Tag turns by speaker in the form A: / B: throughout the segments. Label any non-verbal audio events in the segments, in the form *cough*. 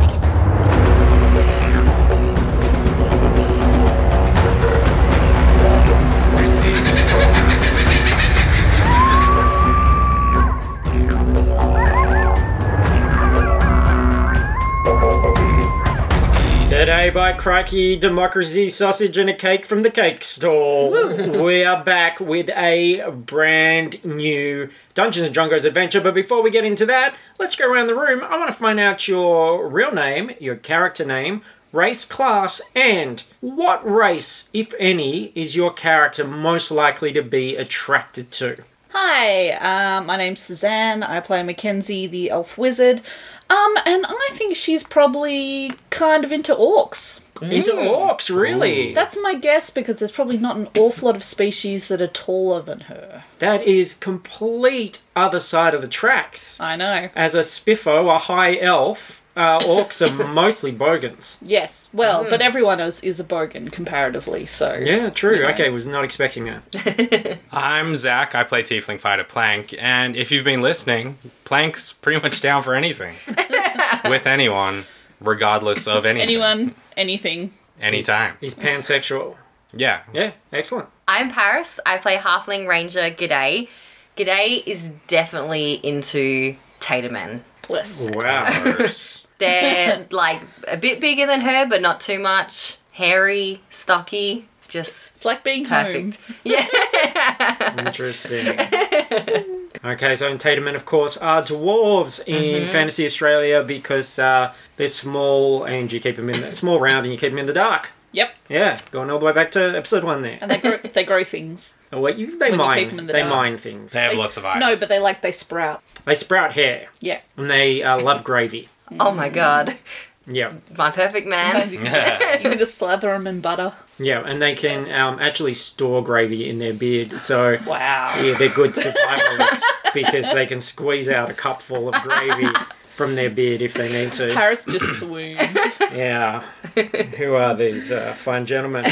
A: dick.
B: G'day by crikey, democracy sausage and a cake from the cake store. we are back with a brand new Dungeons and Drungos adventure, but before we get into that, let's go around the room. I want to find out your real name, your character name, race, class, and what race, if any, is your character most likely to be attracted to?
C: Hi, uh, my name's Suzanne. I play Mackenzie, the elf wizard. Um, and I think she's probably kind of into orcs.
B: Into orcs, really?
C: That's my guess because there's probably not an awful lot of species that are taller than her.
B: that is complete other side of the tracks.
C: I know.
B: as a spiffo, a high elf, uh, orcs are mostly bogans.
C: Yes, well,
D: Hmm.
C: but everyone is, is a bogan comparatively, so.
B: Yeah, true. Okay, was not expecting that.
D: I'm Zach. I play Tiefling Fighter Plank, and if you've been listening, Plank's pretty much down
C: *laughs*
D: for anything with anyone, regardless of anything,
C: Anyone, anything.
D: anytime.
B: He's pansexual.
D: Yeah,
B: Yeah, excellent.
E: I'm Paris. I play Halfling Ranger G'day. G'day is definitely into Tatermen.
C: Bliss.
B: Wow.
D: Ours.
C: *laughs*
E: They're like a bit bigger than her, but not too much. Hairy, stocky, just
C: It's like being
E: perfect.
C: home.
B: *laughs* Interesting. Okay, so in Tatermen, of course, are dwarves in Fantasy Australia because uh, they're small and you keep them in the small round and you keep them in the dark.
C: Yep.
B: Yeah, going all the way back to episode one there.
C: And they grow, they grow things.
B: Oh, wait, you, they
C: When you keep
B: mine.
C: them in the
B: they
C: dark.
B: mine things.
D: They *laughs* have lots of eyes.
C: No, but they like, they sprout.
B: They sprout hair
C: Yeah.
B: and they uh, love gravy.
E: Oh my god.
B: Yeah.
E: My perfect man.
C: Mm. Sometimes you, can just, you can
D: *laughs*
C: just slather them in butter.
B: Yeah, and they can um, actually store gravy in their beard. So,
C: Wow.
B: yeah, they're good survivors because they can squeeze out a cupful of gravy from their beard if they need to.
C: Paris just swooned.
D: *laughs*
B: Yeah. Who are these uh, fine gentlemen?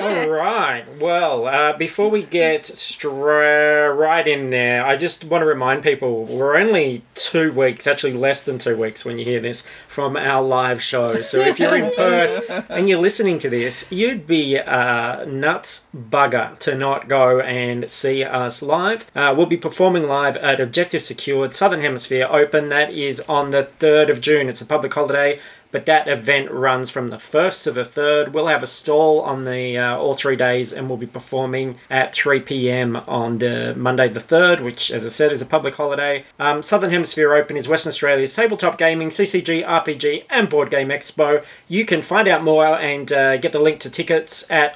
B: All right. Well, uh, before we get stra- right in there, I just want to remind people we're only two weeks, actually less than two weeks when you hear this, from our live show. So if you're in Perth and you're listening to this, you'd be uh, nuts bugger to not go and see us live. Uh, we'll be performing live at Objective Secured Southern Hemisphere Open. That is on the 3rd of June. It's a public holiday but that event runs from the 1st to the 3rd. We'll have a stall on the uh, all three days and we'll be performing at 3 p.m. on the Monday the 3rd, which, as I said, is a public holiday. Um, Southern Hemisphere Open is Western Australia's tabletop gaming, CCG, RPG, and board game expo. You can find out more and uh, get the link to tickets at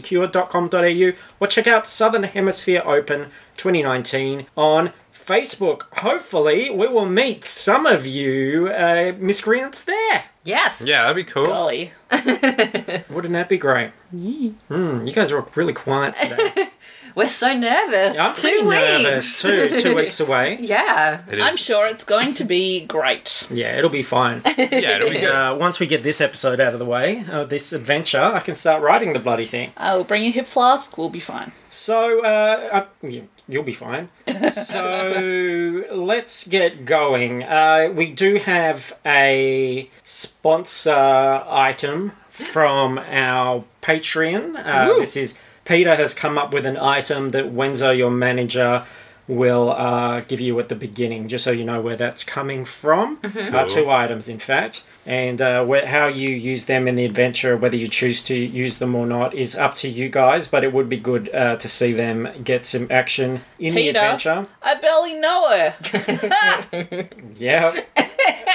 B: objectivesecure.com.au or check out Southern Hemisphere Open 2019 on Facebook. Hopefully, we will meet some of you uh, miscreants there.
E: *laughs* Yes.
D: yeah, that'd be cool.
C: Golly.
B: Wouldn't that be great? Hmm, you guys are really quiet
E: *laughs*
B: today.
E: We're so nervous.
B: I'm pretty
E: Two weeks.
B: nervous too.
E: *laughs*
B: Two weeks away.
E: Yeah.
D: It
C: I'm sure it's going to be great.
B: Yeah, it'll be
E: *laughs*
B: fine.
D: Yeah, *laughs* it'll be good.
B: Uh, once we get this episode out of the way, uh, this adventure, I can start writing the bloody thing.
C: I'll bring you a hip flask. We'll be fine.
B: So, uh, I, you- you'll be fine. so, let's get going. Uh, we do have a sponsor item from our Patreon. Uh, this is Peter has come up with an item that Wenzo, your manager, will uh, give you at the beginning, just so you know where that's coming from. Uh, two items, in fact, and uh, where, how you use them in the adventure, whether you choose to use them or not, is up to you guys. But it would be good uh, to see them get some action in the
C: Peter.
B: adventure.
C: I barely know her. *laughs*
B: Yeah,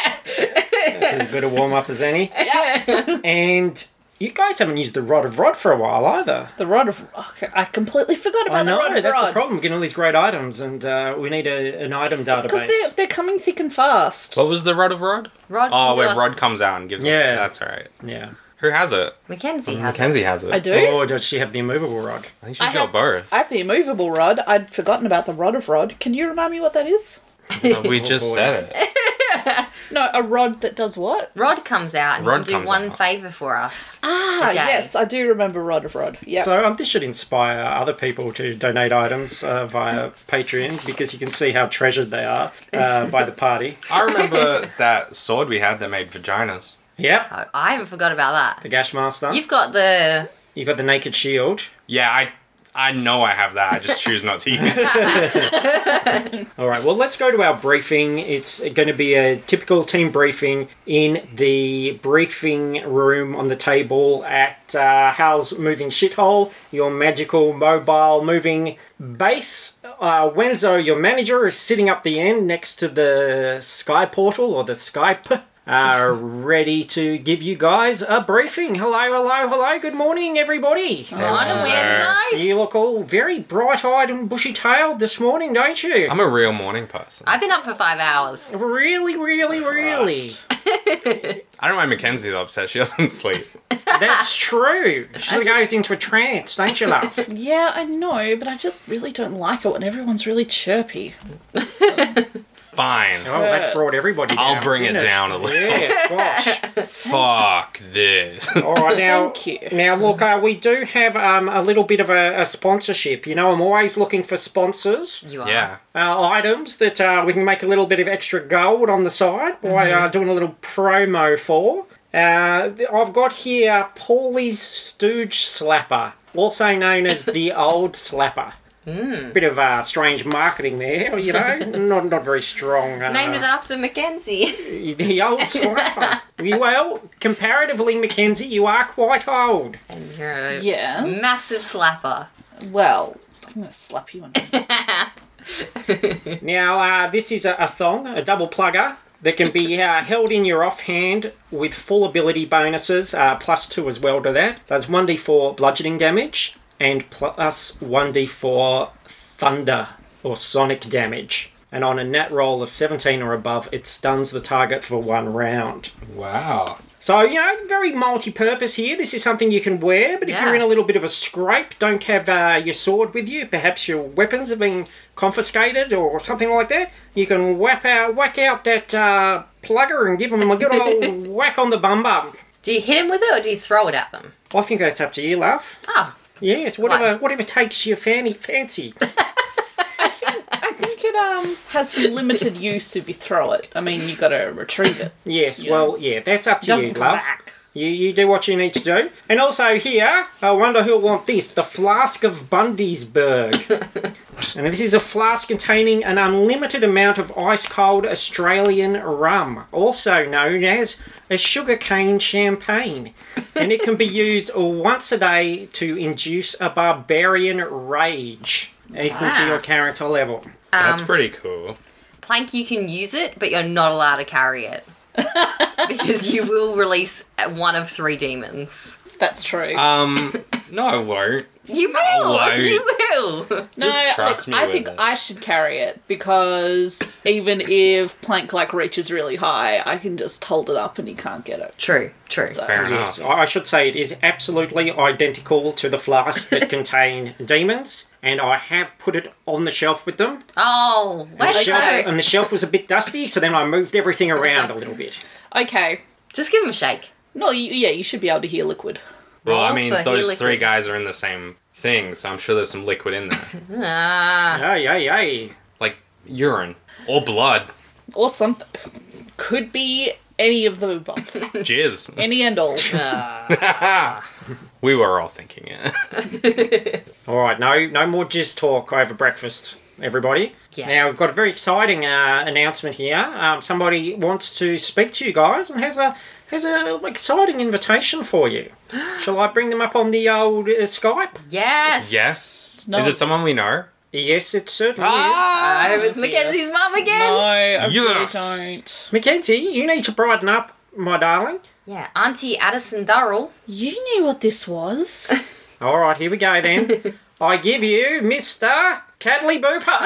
B: that's as good a warm up as any. and you guys haven't used the Rod of Rod for a while either.
C: The Rod of Rock. I completely forgot about
B: I know
C: the Rod of
B: that's
C: Rod.
B: the problem. We're getting all these great items, and uh, we need a, an item
C: Because
B: database.
C: they're, they're coming thick and fast.
D: What was the rod of Rod?
E: Rod.
D: Oh,
E: can do
D: where
E: us-
D: Rod comes out and gives
B: Yeah.
D: us. That's all right.
B: Yeah.
D: Who has it?
E: Mackenzie has.
D: Mackenzie has it.
C: I do.
B: Or does she have the immovable rod?
D: I think she's
C: I
D: got
C: have-
D: both. *laughs*
C: I have the immovable rod. I'd forgotten about the Rod of Rod. Can you remind me what that is?
D: we
B: boy.
D: just said it.
C: No, a rod that does what?
E: Rod comes out and
D: Rod
E: he'll do
D: comes
E: one
D: out.
E: favour for us.
C: Ah,
E: A day.
C: yes, I do remember Rod of Rod. Yeah.
B: So um, this should inspire other people to donate items uh, via Patreon because you can see how treasured they are uh, by the
C: *laughs*
B: party.
D: I remember that sword we had that made vaginas.
B: Yep,
E: Oh, I haven't forgot about that.
B: the Gashmaster.
E: You've got the
B: You've got the Naked Shield.
D: Yeah, I I know I have that. I just choose not *laughs* to use it.
B: All right, well, let's go to our briefing. It's going to be a typical team briefing in the briefing room on the table at uh, Hal's Moving Shithole, your magical mobile moving base. Uh, Wenzo, your manager, is sitting up the end next to the Sky Portal or the Skype. Uh, ready to give you guys a briefing. Hello, hello, hello. Good morning, everybody.
E: on
D: Wednesday.
E: Wednesday.
B: You look all very bright eyed and bushy tailed this morning, don't you?
D: I'm a real morning person.
E: I've been up for five hours.
B: Really, really, really.
D: I don't know why Mackenzie's upset. She *laughs* doesn't sleep.
B: That's
C: *laughs*
B: true. She
C: I just-
B: goes into a trance, don't you,
C: *laughs*
B: love?
C: yeah, I know, but I just really don't like it when everyone's really chirpy.
D: Fine.
B: oh, that brought everybody down.
D: I'll bring it
B: didn't
D: down a little.
B: Yes,
C: *laughs*
B: gosh.
D: Fuck this. *laughs*
B: All right, now,
C: Thank you.
B: now look, uh, we do have um, a little bit of a, a sponsorship. You know, I'm always looking for sponsors,
E: You are.
D: yeah.
B: uh, items that uh, we can make a little bit of extra gold on the side by uh, doing a little promo for. Uh, th- I've got here Paulie's Stooge Slapper, also known as the Old Slapper. Bit of uh, strange marketing there, you know. not not very strong. Uh,
E: Named it after
B: *laughs*
E: Mackenzie.
B: The old slapper. well, comparatively, Mackenzie, you are quite old.
E: and you're a
C: Yes.
E: massive slapper.
C: Well, I'm gonna slap you on.
B: Now, uh, this is a, a thong, a double plugger that can be uh, held in your offhand with full ability bonuses, uh, plus two as well to that. Does 1d4 bludgeoning damage and plus 1d4 thunder or sonic damage. And on a net roll of 17 or above, it stuns the target for one round.
D: Wow.
B: So, you know, very multi purpose here. This is something you can wear, but if
E: Yeah.
B: you're in a little bit of a scrape, don't have uh, your sword with you, perhaps your weapons have been confiscated or something like that, you can whack out, whack out that uh, plugger and give them a good
C: *laughs*
B: old whack on the bum bum.
E: Do you hit him with it or do you throw it at them?
B: I think that's up to you, love.
E: Oh,
B: Yes, whatever whatever takes your fanny fancy.
C: I think it um has limited use if you throw it. I mean, you gotta retrieve it. It
B: Yes, well, yeah, that's up to
C: doesn't
B: you,
C: come
B: love.
C: back.
B: You, you do what you need to do. And also here, I wonder who'll want this. The Flask of Bundysburg. and this is a flask containing an unlimited amount of ice-cold Australian rum, also known as a sugarcane champagne. And it can be used once a day to induce a barbarian rage equal to your
E: Nice.
B: character level.
D: That's
E: Um,
D: pretty cool.
E: Plank, you can use it, but you're not allowed to carry
C: *laughs*
E: it. because you will release one of three demons.
C: That's true.
D: Um, no, I won't.
E: You will!
D: won't.
E: *laughs* You will!
C: no,
D: just trust
C: look,
D: me
C: I
D: with
C: think
D: it.
C: I should carry it because even if plank like reaches really high, I can just hold it up and he can't get it.
E: True, true.
D: Fair
B: Yes,
D: enough.
B: I I should say it is absolutely identical to the flasks that contain demons, and I have put it on the shelf with them.
E: Oh,
B: The
E: wait
B: shelf,
E: though.
B: and the shelf was a bit dusty, so then I moved everything around a little bit.
C: Okay.
E: Just give him a shake.
C: No, you, yeah, you should be able to hear liquid.
D: Well, I
E: Roll
D: mean,
E: for
D: those
E: helical.
D: three guys are in the same thing, so I'm sure there's some liquid in
E: *laughs*
D: there.
E: Ah.
B: Hey, hey, hey.
D: like urine or blood.
C: Or something. Could be any of the
D: *laughs*
C: above.
E: *laughs*
D: Jizz.
C: any and all.
D: *laughs* We were all thinking it. *laughs*
B: All right, no, no more jizz talk over breakfast, everybody.
E: Yeah.
B: Now we've got a very exciting uh, announcement here. Um, somebody wants to speak to you guys and has a has a exciting invitation for you. Shall I bring them up on the old uh, Skype?
E: Yes!
D: yes.
C: not-
D: Is it someone we know?
B: Yes, it certainly is.
E: I hope it's
C: Oh, dear.
E: Mackenzie's mum again!
C: No, I
D: Yes.
C: really don't.
B: Mackenzie, you need to brighten up, my darling.
E: Yeah, Auntie Addison Durrell.
C: You knew what this
D: *laughs*
C: was. *laughs* *gasps*
B: All right, here we go then. I give you Mr. Cadley Booper.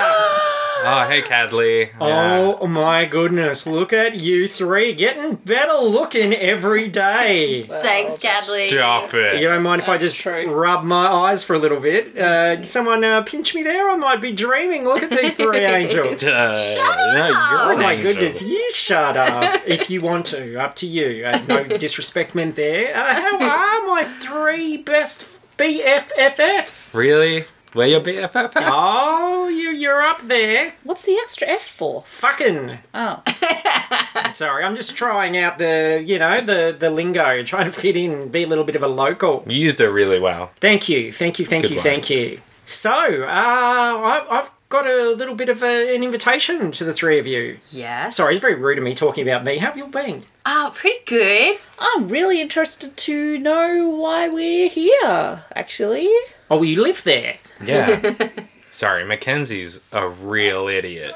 D: Oh, hey, Cadley. Yeah.
B: Oh my goodness, look at you three getting better looking every day.
C: Oh,
E: Thanks, Cadley.
D: Stop it.
B: You don't mind if I
C: That's
B: just
C: true.
B: rub my eyes for a little bit?
C: *laughs*
B: Uh, someone uh, pinch me there, I might be dreaming. Look at these three angels.
D: Uh, no, you're
B: Oh
D: an
B: my
D: angel.
B: goodness, you shut
D: *laughs*
B: up if you want to. Up to you. Uh, no disrespect meant there. Uh, how are my three best BFFFs?
D: Really? Where your BFF?
B: Oh, you, you're up there.
C: What's the extra F for?
B: Fucking.
C: Oh,
B: *laughs* Sorry, I'm just trying out the, you know, the, the lingo, trying to fit in, be a little bit of a local.
D: You used it really well.
B: Thank you, thank you, thank
D: Good
B: you,
D: one.
B: thank you. So, uh, I, I've got a little bit of a, an invitation to the three of you.
E: Yes.
B: Sorry, it's very rude of me talking about me. How have you been?
E: Oh, pretty good.
C: I'm really interested to know why we're here. Actually,
B: Oh, well, you live there.
D: Yeah. *laughs* Sorry, Mackenzie's a real idiot.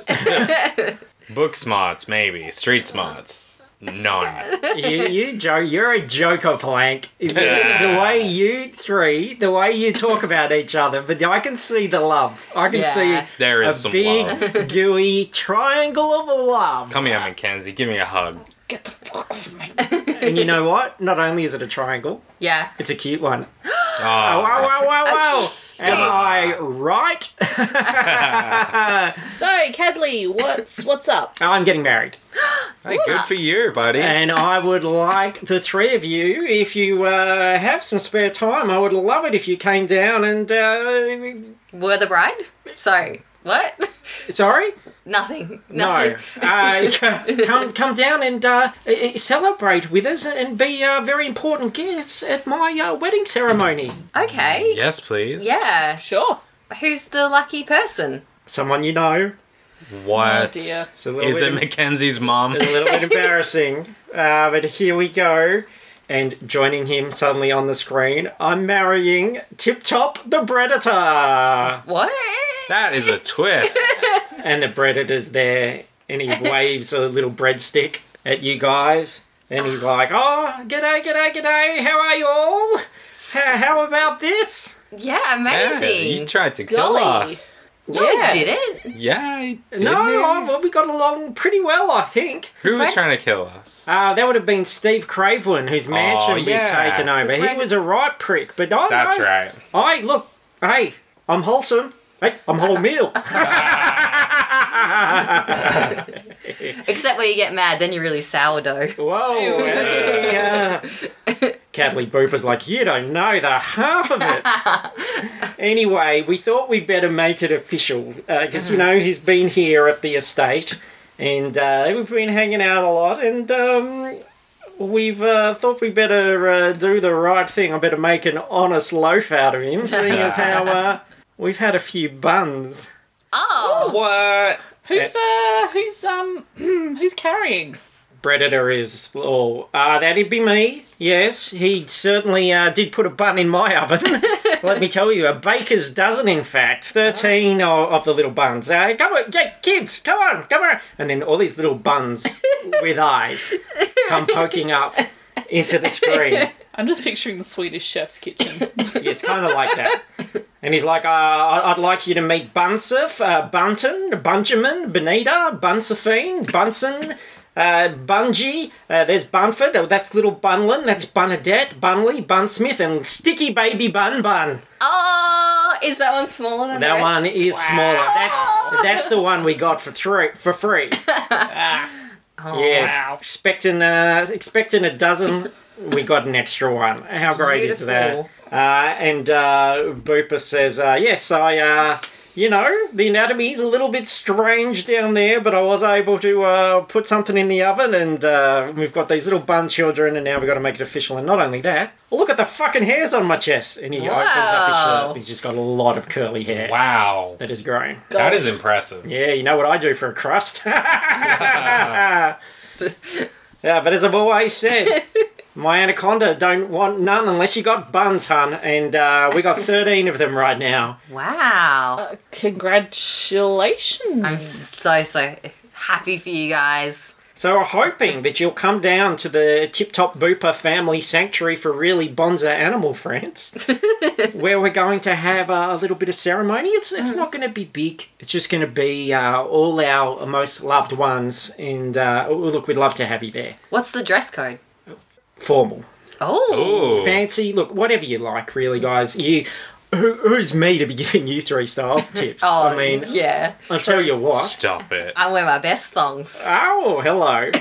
D: Book smarts, maybe. Street smarts. None.
B: you, you Joe, you're a joker, Plank. The, the way you three, the way you talk about each other, but I can see the love. I can
E: Yeah.
B: see
D: There is
B: a
D: some
B: big, *laughs*
D: love.
B: gooey triangle of love.
D: Come here, Mackenzie. Give me a hug.
C: get the fuck off me.
B: And you know what? Not only is it a triangle,
E: Yeah.
B: it's a cute one. Wow,
D: Oh,
B: wow, wow, wow! Am I right?
C: so, Cadley, what's what's up?
B: Oh, I'm getting married.
D: hey, good for you, buddy.
B: And I would like the three of you, if you uh, have some spare time, I would love it if you came down and. Uh,
E: Were the bride? Sorry. What? *laughs*
B: sorry?
E: Nothing.
B: No.
E: *laughs* Nothing.
B: Uh, come, come down and uh, i- i- celebrate with us and be uh, very important guests at my uh, wedding ceremony.
E: Okay.
D: Yes, please.
E: Yeah.
C: Sure.
E: Who's the lucky person?
B: Someone you know.
D: What?
C: Oh, dear.
B: It's a little,
D: Is
B: bit,
D: it Mackenzie's mom?
B: a little bit embarrassing, uh, but here we go. And joining him suddenly on the screen, I'm marrying Tip Top the Predator.
E: What?
D: That is a twist.
B: And the Predator's there, and he waves a little breadstick at you guys. And he's like, oh, g'day, g'day, g'day, how are you all? How, how about this?
E: Yeah,
D: Yeah,
E: amazing.
D: you tried to kill
C: Golly.
D: us.
E: No, you didn't.
D: Yeah, you did
B: No, I, well, we got along pretty well, I think.
D: Who was trying to kill us?
B: Uh, that would have been Steve Craven, whose mansion
D: Oh, yeah.
B: we've taken over. He
E: Craven.
B: was a right prick, but I
D: That's
B: know-
D: right.
B: I look, hey, I'm wholesome. Hey, I'm whole meal.
E: Except when you get mad, then you're really sourdough.
B: Whoa. hey, uh. Cadley Booper's like, you don't know the half of it. anyway, we thought we'd better make it official because, you know, he's been here at the estate and uh, we've been hanging out a lot and um, we've uh, thought we better uh, do the right thing. I better make an honest loaf out of him, seeing as how uh, we've had a few buns.
E: Oh,
D: What? Eh.
C: Who's uh who's um *clears throat* who's carrying?
B: Predator is, oh, uh, that'd be me. Yes, he certainly uh, did put a bun in my oven. Let me tell you, a baker's dozen, in fact. 13 o- of the little buns. Uh, come on, yeah, kids, come on, come on. And then all these little buns with eyes come poking up into the screen.
C: I'm just picturing the Swedish chef's kitchen. *laughs*
B: Yeah, it's kind of like that. And he's like, uh, I- I'd like you to meet Bunsif, uh, Bunton, Bunjamin, Benita, Bunsifine, Bunsen, uh, Bungie. Uh, there's Bunford. Oh, that's little Bunlin. That's Bunadette, Bunley, Bunsmith, and Sticky Baby Bun Bun.
E: oh, is that one smaller than the
B: That
E: rest?
B: one is smaller. That's that's the one we got for three for
E: *laughs*
B: free. Ah.
E: Oh,
B: yes,
C: Wow.
B: expecting uh, expecting a dozen, we got an extra one. How great is that?
E: Beautiful.
B: Uh, and uh, Booper says, uh, "Yes, I." Uh, you know, the anatomy's a little bit strange down there, but I was able to uh, put something in the oven, and uh, we've got these little bun children, and now we've got to make it official. And not only that, look at the fucking hairs on my chest. And he opens up his
E: Wow.
B: shirt. He's just got a lot of curly hair
D: Wow.
B: that is growing.
D: That is impressive.
B: Yeah, you know what I do for a crust. *laughs* yeah, but as I've always said, my anaconda don't want none unless you got buns, hun. And uh, we got 13 of them right now.
E: Wow.
C: Uh, Congratulations.
E: I'm so so happy for you guys.
B: So we're hoping that you'll come down to the Tip Top Booper Family Sanctuary for really bonza animal friends, where we're going to have uh, a little bit of ceremony. It's it's not going to be big. It's just going to be uh, all our most loved ones, and uh, oh, look, we'd love to have you there.
E: What's the dress code?
B: Formal,
E: Oh,
D: Ooh.
B: fancy. Look, whatever you like, really, guys. You. Who, who's me to be *laughs* giving you three style tips?
E: oh,
B: I mean,
E: yeah.
B: I'll tell you what.
D: Stop it.
E: I wear my best thongs.
B: Oh, hello.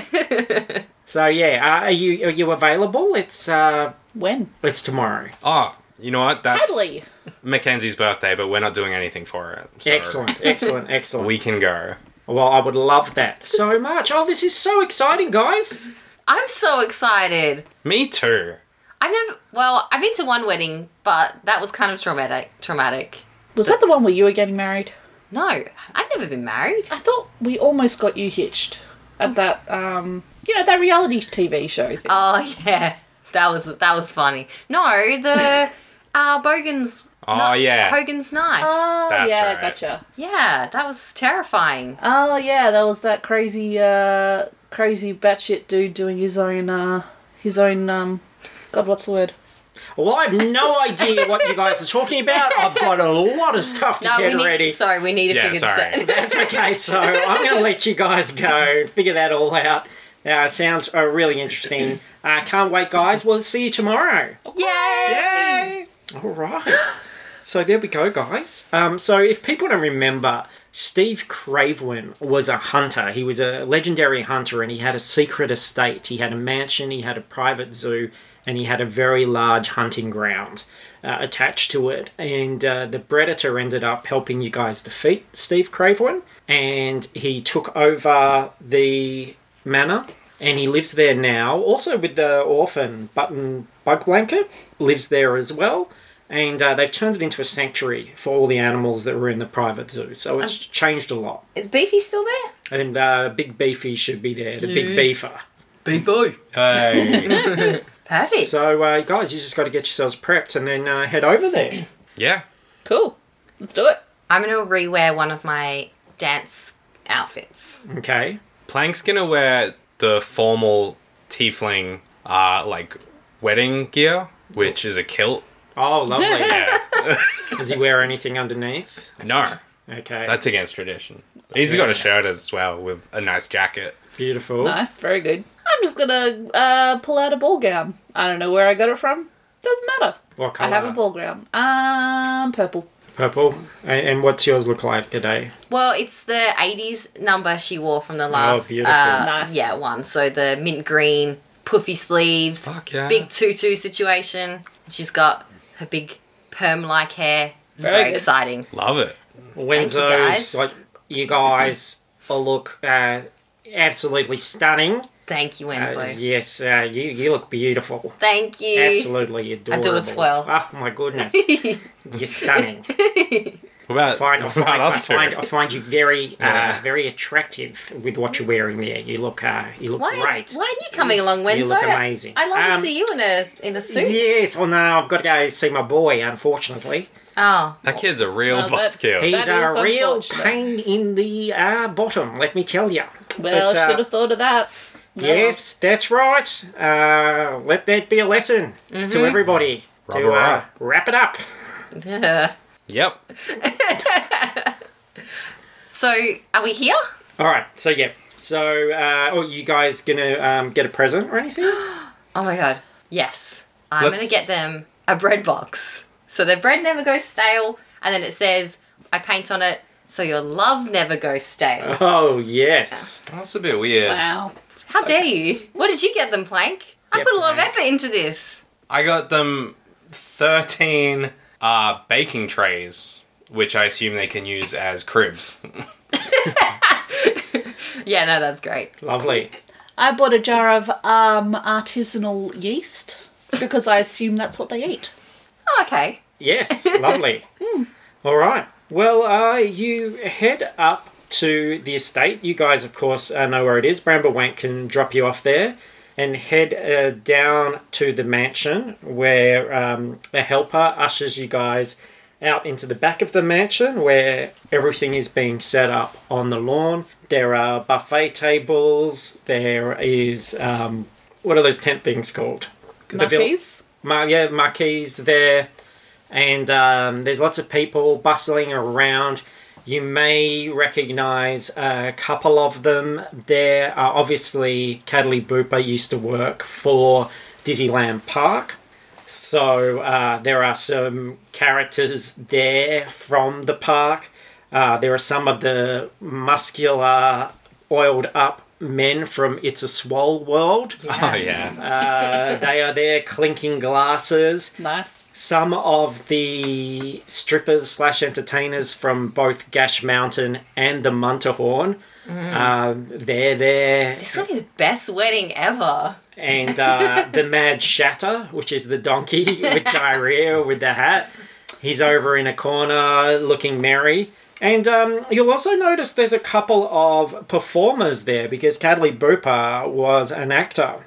B: so yeah, uh, are you are you available? It's uh,
C: When?
B: it's tomorrow.
D: Oh, you know what? That's
C: Totally.
D: Mackenzie's birthday, but we're not doing anything for it. so
B: Excellent,
E: *laughs*
B: excellent, excellent.
D: We can go.
B: well, I would love that so much. Oh, this is so exciting, guys.
E: I'm so excited.
D: Me too.
E: I've never. Well, I've been to one wedding, but that was kind of traumatic. Traumatic.
C: Was that the one where you were getting married?
E: No, I've never been married.
C: I thought we almost got you hitched at that, um, you know, that reality TV show thing.
E: Oh *laughs* yeah, that was that was funny. No, the uh, Bogan's.
D: Oh, yeah.
E: Hogan's knife.
C: oh,
D: that's
C: yeah,
D: right.
C: gotcha.
E: yeah, that was terrifying.
C: Oh, yeah, that was that crazy, uh, crazy batshit dude doing his own, uh, his own, um, God, what's the word?
B: Well, I have no idea what you guys are talking about. I've got a lot of stuff to
E: No, Uh, we
B: get
E: need.
B: ready.
E: Sorry, we need to
D: Yeah,
E: figure
D: sorry.
E: this out.
B: That's okay. So I'm going to let you guys go figure that all out. Uh, sounds uh, really interesting. Uh, can't wait, guys. We'll see you tomorrow.
E: *laughs* Yay!
B: All right. So there we go, guys. Um, so if people don't remember, Steve Craven was a hunter. He was a legendary hunter, and he had a secret estate. He had a mansion. He had a private zoo, and he had a very large hunting ground uh, attached to it. And uh, the Predator ended up helping you guys defeat Steve Craven, and he took over the manor and he lives there now. Also with the orphan button bug blanket lives there as well. And uh, they've turned it into a sanctuary for all the animals that were in the private zoo. So it's
E: Um,
B: changed a lot.
E: Is Beefy still there?
B: And uh, Big Beefy should be there, the Big
D: Yes.
B: Beefer.
D: Beefy. Hey.
E: Perfect.
B: So, uh, guys, you just got to get yourselves prepped and then uh, head over
E: *clears throat*
B: there.
D: yeah.
C: Cool. Let's do it.
E: I'm gonna rewear one of my dance outfits.
B: Okay.
D: Plank's gonna wear the formal tiefling, uh, like wedding gear, which is a kilt.
B: Oh, lovely.
E: *laughs*
D: Yeah.
B: Does he wear anything underneath?
D: no,
B: Okay.
D: that's against tradition. He's got a shirt as well with a nice jacket.
B: beautiful.
C: Nice, very good. I'm just gonna uh, pull out a ball gown. I don't know where I got it from. Doesn't matter.
B: What
C: I have a
B: colour?
C: ball gown. Um, purple.
B: Purple. And, and what's yours look like today?
E: Well, it's the 80s number she wore from the last
B: Oh, beautiful.
E: uh,
C: Nice.
E: yeah one. So the mint green, puffy sleeves,
D: Fuck yeah.
E: big tutu situation. She's got her big perm like hair. It's
C: Very
E: very,
C: good.
E: exciting.
D: Love it.
B: When
E: Thank you,
B: those
E: guys.
B: like you guys all look uh, absolutely stunning.
E: Thank you,
B: Uh,
E: Enzo.
B: yes, uh, you you look beautiful.
E: Thank you.
B: Absolutely adorable.
E: twirl.
B: Oh my
C: *laughs*
B: goodness, you're stunning.
D: What about,
B: Find, I,
D: what
B: find,
D: about
B: I,
D: us two?
B: find, I find you very uh,
D: Yeah.
B: very attractive with what you're wearing there. You look uh, you look
E: Why,
B: great.
E: why aren't you coming along, Wenzo?
B: look amazing.
E: I'd love
B: Um,
E: to see you in a in a suit.
B: Yes. Oh no, I've got to go see my boy. Unfortunately,
E: Oh,
D: that kid's a real
C: No, that-
D: buzzkill.
C: he-
B: he's
C: That is
B: a real
C: unfortunate.
B: pain in the uh, bottom. Let me tell you.
C: Well,
B: But, uh,
C: should have thought of that. No.
B: Yes, that's right. Uh, let that be a lesson
C: Mm-hmm.
B: to everybody to uh,
D: Rubber-rubber.
B: wrap it up.
E: yeah.
D: Yep.
E: *laughs* So are we here?
B: All right. So yeah. So, uh, oh, you guys gonna um, get a present or anything? *gasps*
E: Oh my god. Yes. I'm
D: Let's-
E: going to get them a bread box. So their bread never goes stale. And then it says, I paint on it, so your love never
B: *laughs*
E: goes stale.
B: Oh yes.
D: That's a bit weird.
C: Wow.
E: How dare you? What did you get them, Plank? I
B: Yeah,
E: put a lot
B: Plank.
E: of effort into this.
D: I got them 13 uh, baking trays, which I assume they can use as cribs. *laughs*
E: Yeah, no, that's great.
B: Lovely.
C: I bought a jar of um, artisanal yeast because I assume that's what they eat.
E: Oh, okay.
B: Yes. lovely. All right. Well, uh, you head up to the estate. You guys, of course, uh, know where it is. Bramblewank can drop you off there. And head uh, down to the mansion where um, the helper ushers you guys out into the back of the mansion where everything is being set up on the lawn. There are buffet tables. There is um, what are those tent things called? The vil-
C: Nazis?
B: Mar- yeah, marquees there, and um, there's lots of people bustling around. You may recognise a couple of them. There are obviously Cadley Booper used to work for Disneyland Park, so uh, there are some characters there from the park. Uh, there are some of the muscular, oiled up men from It's a Swole World.
D: Oh yeah.
B: Uh, they are there clinking glasses.
C: Nice.
B: Some of the strippers slash entertainers from both Gash Mountain and the Munterhorn. Um, they're there,
E: This will be the best wedding ever.
B: and uh, the Mad Shatter, which is the donkey *laughs* with diarrhea with the hat. He's over in a corner looking merry. And um, you'll also notice there's a couple of performers there because Cadley Booper was an actor.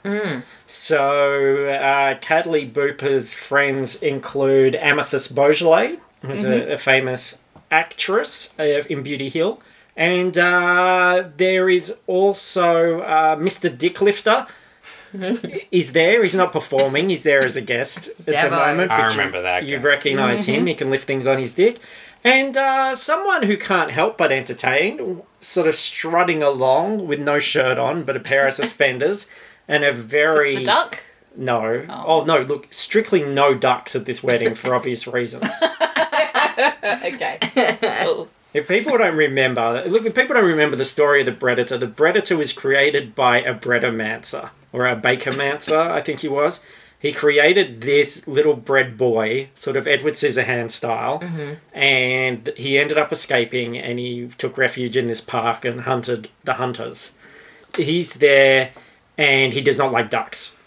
B: So, uh, Cadley Booper's friends include Amethyst Beaujolais, who's a, a famous actress uh, in Beauty Hill. And uh, there is also uh, Mr. Dicklifter. is there? He's not performing. He's there as a guest at the
E: Devo.
B: moment.
D: I
B: but
D: remember
B: you,
D: that
B: You
D: guy.
B: recognize
C: Mm-hmm.
B: him. He can lift things on his dick. And uh, someone who can't help but entertain, sort of strutting along with no shirt on but a
C: *laughs*
B: pair of suspenders and a very
C: It's the duck.
B: no. Oh. no, look, strictly no ducks at this wedding for obvious reasons.
C: Okay. *laughs* Cool.
B: If people don't remember, look, if people don't remember the story of the Predator, the Predator was created by a Breadomancer, or a Bakermancer, I think he was. He created this little bread boy, sort of Edward Scissorhand style, and he ended up escaping and he took refuge in this park and hunted the hunters. He's there and he does not like ducks.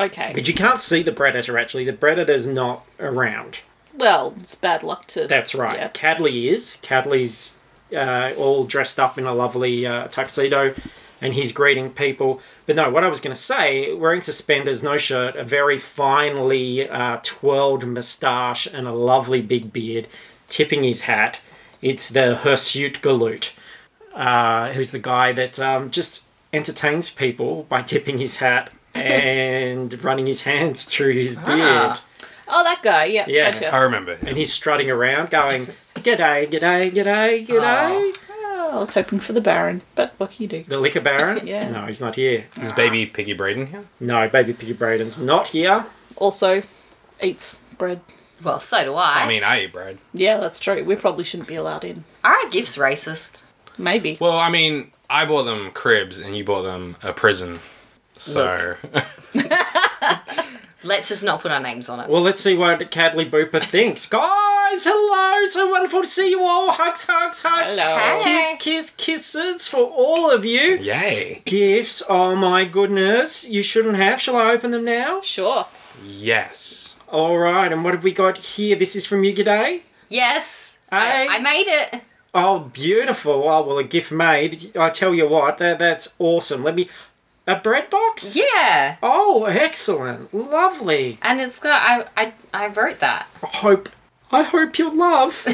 C: Okay.
B: But you can't see the predator actually. The predator's not around.
C: Well, it's bad luck to.
B: That's right.
C: Yeah.
B: Cadley is. Cadley's uh, all dressed up in a lovely uh, tuxedo and he's greeting people. But no, what I was going to say wearing suspenders, no shirt, a very finely uh, twirled moustache and a lovely big beard, tipping his hat. It's the Hirsute Galoot, uh, who's the guy that um, just entertains people by tipping his hat and running his hands through his beard.
C: Oh, that guy. Yeah.
B: Yeah.
D: I
C: Gotcha.
D: remember. Him.
B: And he's strutting around going, G'day, g'day, g'day, g'day.
C: Oh, I was hoping for the Baron, but what can you do?
B: The Liquor Baron?
C: Yeah.
B: No, he's not here.
D: Is baby Piggy Braden here?
B: No, Baby Piggy Braden's not here.
C: Also, eats bread.
E: Well, so do I.
D: I mean, I eat bread.
C: Yeah, that's true. We probably shouldn't be allowed in.
E: Are our gifts racist?
C: Maybe.
D: Well, I mean, I bought them cribs and you bought them a prison. So
E: Let's just not put our names on it.
B: Well, let's see what Cadley Booper thinks. Guys, hello, so wonderful to see you all. Hugs, hugs, hugs.
C: Hello.
E: Hey.
B: Kiss, kiss, kisses for all of you.
D: *laughs* yay,
B: Gifts, oh my goodness. You shouldn't have. Shall I open them now?
C: Sure.
D: yes.
B: All right, and what have we got here? This is from you today.
E: Yes.
B: Hey.
E: I, I made it.
B: Oh, beautiful. Oh, well, a gift made. I tell you what, that, that's awesome. Let me. A bread box?
E: Yeah.
B: Oh, excellent. Lovely.
E: And it's got I I I wrote that.
B: I hope. I hope your
E: *laughs*
B: love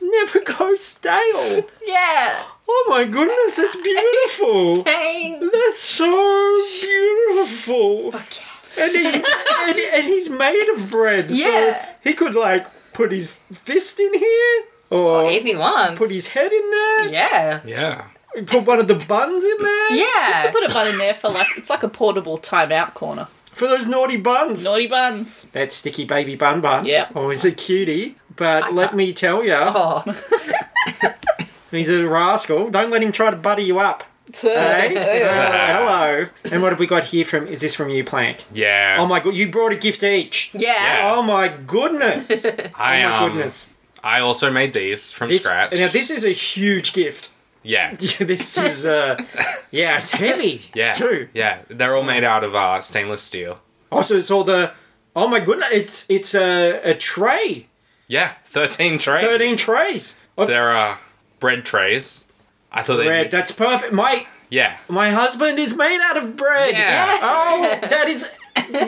B: never goes stale.
E: Yeah.
B: Oh my goodness, that's beautiful.
E: Thanks.
B: That's so beautiful. And he's, and, and he's made of bread,
E: Yeah.
B: so he could, like, put his fist in here or
E: If he wants.
B: put his head in there,
E: Yeah.
D: Yeah.
B: put one of the buns in there.
E: Yeah.
C: Put a bun in there for like it's like a portable timeout corner.
B: for those naughty buns.
C: Naughty buns.
B: that sticky baby bun bun.
C: Yeah.
B: Oh, he's a cutie. But let me tell ya,
E: Oh.
B: he's a rascal. Don't let him try to butter you up.
C: uh,
B: Hey? Hello. And what have we got here from? Is this from you, Plank?
D: Yeah.
B: Oh my god, you brought a gift each.
E: *laughs* Yeah.
B: Oh my goodness. oh
D: I,
B: my
D: um,
B: goodness.
D: I also made these from
B: This,
D: scratch.
B: now this is a huge gift. *laughs*
D: yeah.
B: this is
D: *laughs*
B: uh yeah, it's heavy.
D: Yeah.
B: Too.
D: Yeah. They're all made out of uh, stainless steel.
B: Also it's all the Oh my goodness, it's it's a, a tray.
D: Yeah. 13 trays.
B: Thirteen trays. Of
D: They're uh, bread trays. I thought they
B: bread.
D: would
B: That's perfect. My
D: Yeah.
B: My husband is made out of bread.
D: Yeah.
B: Oh, that is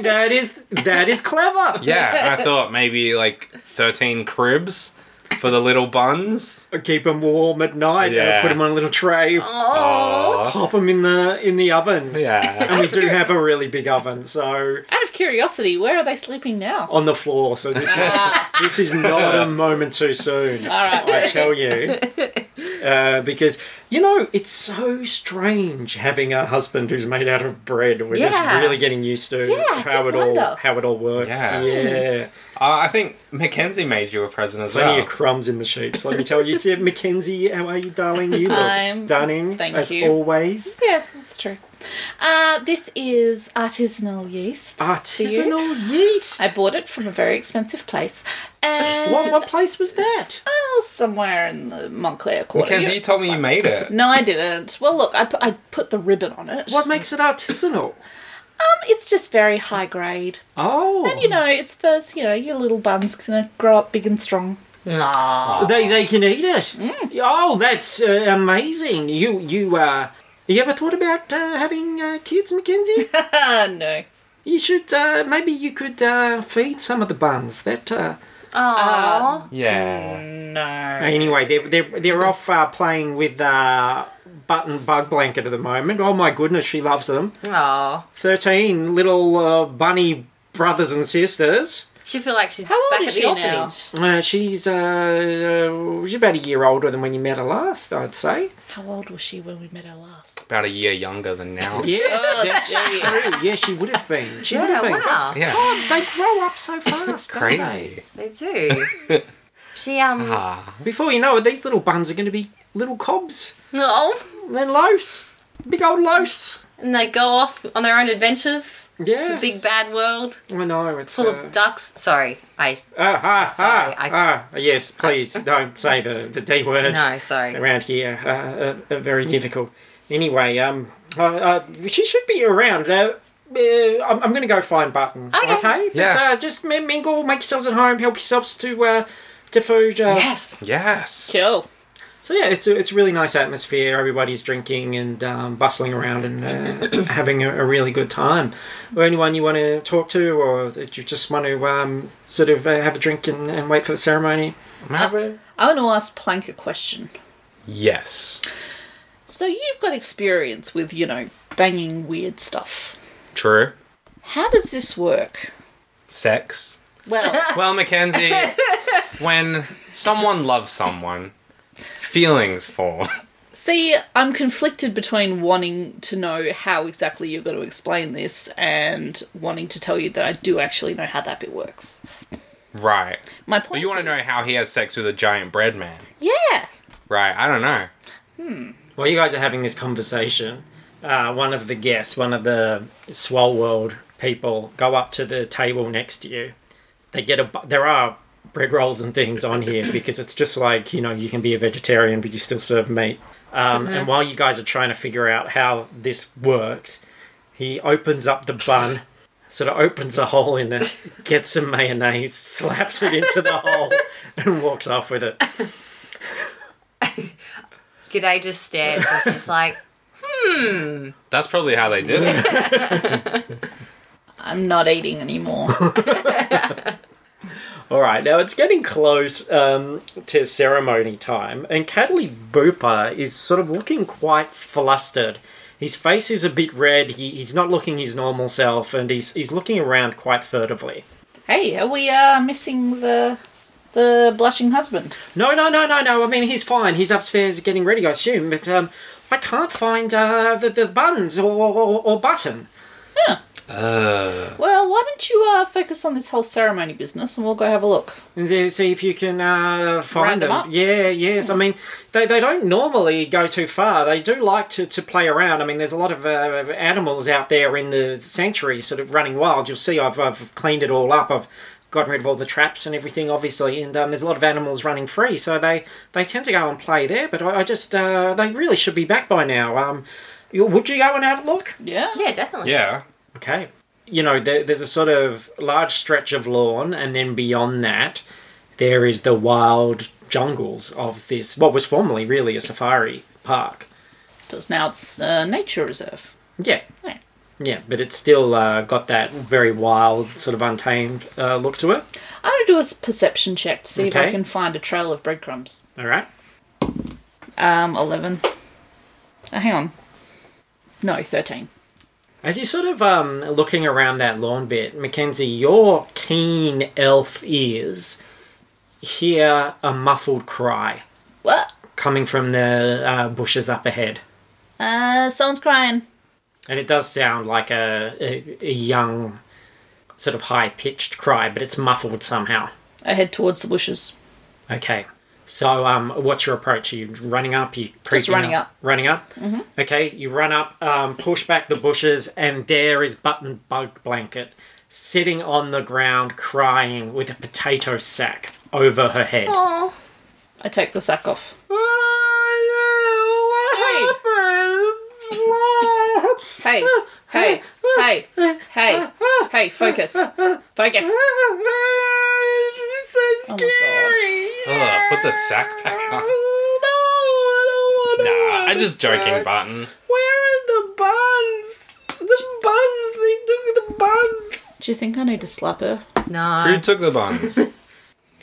B: that is that is clever.
D: Yeah, I thought maybe like 13 cribs for the little buns.
B: Keep them warm at night.
D: Yeah.
B: Uh, put them on a little tray.
E: Oh.
D: Aw.
B: Pop them in the in the oven.
D: Yeah.
B: And we do have a really big oven, so
C: Out of curiosity, where are they sleeping now?
B: on the floor. So this
C: *laughs*
B: is this is not a moment too soon.
C: All right.
B: I tell
C: *laughs*
B: you, uh, because you know it's so strange having a husband who's made out of bread. We're
E: Yeah.
B: just really getting used to
C: Yeah, I
B: how
C: did
B: it all
C: wonder.
B: how it all works.
D: Yeah.
B: yeah.
D: Uh, I think Mackenzie made you a present as
B: Plenty
D: well.
B: of crumbs in the sheets, let me tell you.
C: *laughs*
B: Sir Mackenzie, how are you, darling? You look
C: I'm-
B: stunning,
C: thank
B: as
C: you.
B: always.
C: Yes, it's true. Uh, this is artisanal yeast.
B: Artisanal yeast.
C: I bought it from a very expensive place. And
B: what, what place was that?
C: Oh, somewhere in the Montclair Quarter.
D: Mackenzie,
C: Yeah,
D: you told
C: that's
D: me
C: fine.
D: you
C: *laughs*
D: made it.
C: No, I didn't. Well, look, I put, I put the ribbon on it.
B: What makes it artisanal?
C: Um, it's just very high grade.
B: Oh.
C: You know, it's first, you know, your little bun's gonna grow up big and strong.
E: Aw.
B: They, they can eat it.
C: Mm.
B: Oh, that's uh, amazing. You, you, uh, you ever thought about uh, having uh, kids, Mackenzie?
C: *laughs* Ah, no.
B: you should, uh, maybe you could uh, feed some of the buns. That, uh,
E: Aw.
D: Yeah.
C: No.
B: Anyway, they're, they're, they're off uh, playing with uh, Button Bug Blanket at the moment. Oh my goodness, she loves them.
E: Aw.
B: 13 little uh, bunny brothers and sisters.
E: She feel like she's
C: How old
E: back
C: is
E: at
C: she
E: the
C: now?
E: orphanage.
B: Uh, she's, uh, uh, she's about a year older than when you met her last, I'd say.
C: How old was she when we met her last?
D: About a year younger than now.
B: Yes,
C: Oh,
B: that's true. Yeah, she would have been. She would have
E: Yeah,
B: been.
E: wow.
D: Yeah.
B: They grow up so fast, don't they?
D: Crazy.
E: They do.
D: *laughs*
E: she um
D: Ah.
B: Before you know it, these little buns are going to be little cobs,
E: no,
B: then loaves, big old loaves.
E: and they go off on their own adventures.
B: Yeah,
E: Big bad world
B: I know it's
E: full
B: uh,
E: of ducks. Sorry, I
B: Ah, ah,
E: Sorry,
B: ah,
E: I-
B: ah, yes, please don't say the, the D word
E: no sorry.
B: around here. Uh, uh, uh, very difficult. Anyway, um, uh, uh, she should be around. Uh, uh, I'm, I'm going to go find Button.
E: Okay.
B: But,
D: Yeah.
B: uh, just min- mingle, make yourselves at home, help yourselves to uh, to food. Uh,
E: Yes.
D: Yes.
C: Cool.
B: So yeah, it's a, it's a really nice atmosphere. Everybody's drinking and um, bustling around and uh, *coughs* having a, a really good time. Or anyone you want to talk to, or that you just want to um, sort of uh, have a drink and, and wait for the ceremony.
C: I want to ask Plank a question.
D: Yes.
C: So you've got experience with, you know, banging weird stuff.
D: True.
C: How does this work?
D: Sex.
C: Well,
D: Well, Mackenzie, when someone loves someone, feelings form.
C: *laughs* see, I'm conflicted between wanting to know how exactly you're going to explain this and wanting to tell you that I do actually know how that bit works.
D: Right.
C: My point.
D: But you want to know
C: is-
D: how he has sex with a giant bread man.
C: Yeah.
D: Right. I don't know.
B: While you guys are having this conversation, uh, one of the guests, one of the Swell World people, go up to the table next to you. They get a. bu- There are bread rolls and things on here because it's just like you know you can be a vegetarian but you still serve meat. Um, And while you guys are trying to figure out how this works, he opens up the bun. Sort of opens a hole in it, gets some mayonnaise, slaps it into the hole, and walks off with it.
E: G'day just stares and
D: *laughs*
E: she's like,
D: That's probably how they did it.
C: I'm not eating anymore.
B: All right, now it's getting close um, to ceremony time, and Cadley Booper is sort of looking quite flustered. His face is a bit red. He, he's not looking his normal self, and he's he's looking around quite furtively.
C: hey, are we uh, missing the the blushing husband?
B: No, no, no, no, no. I mean, he's fine. He's upstairs getting ready, I assume. But um, I can't find uh, the, the buns or, or, or button.
C: Well, why don't you uh, focus on this whole ceremony business and we'll go have a look.
B: And then see if you can uh, find
C: Round them
B: them.
C: up. Mm-hmm.
B: Yeah, yes. I mean, they, they don't normally go too far. They do like to, to play around. I mean, there's a lot of uh, of animals out there in the sanctuary sort of running wild. You'll see I've, I've cleaned it all up. I've gotten rid of all the traps and everything, obviously. And um, there's a lot of animals running free. So they, they tend to go and play there. But I, I just, uh, they really should be back by now. Um, you- would you go and have a look?
C: Yeah.
E: yeah, definitely.
D: Yeah.
B: Okay. You know, there, there's a sort of large stretch of lawn, and then beyond that, there is the wild jungles of this, what was formerly really a safari park.
C: Because now it's uh, nature reserve.
B: Yeah.
C: Yeah.
B: Yeah, but it's still uh, got that very wild, sort of untamed uh, look to it.
C: I'm going to do a s- perception check to see if I
B: Okay.
C: can find a trail of breadcrumbs.
B: All right.
C: Um, 11. Oh, hang on. No, 13.
B: As you sort of um, looking around that lawn bit, Mackenzie, your keen elf ears hear a muffled cry
C: What?
B: coming from the uh, bushes up ahead.
C: Uh, someone's crying.
B: And it does sound like a, a, a young, sort of high pitched cry, but it's muffled somehow.
C: I head towards the bushes.
B: Okay. So, um, what's your approach? Are you running up? Are you creeping
C: running up.
B: Running up. Mm-hmm. Okay. You run up, um, push back the bushes, and there is Button Bug Blanket sitting on the ground, crying with a potato sack over her head.
C: Aww. I take the sack off. *laughs* Hey, hey, hey, hey, hey, focus. Focus. Oh my
D: Ugh, put the sack back on. Nah, I'm just joking, Barton.
C: god. Do you think I need to slap her?
D: Who
E: No.
D: took the buns?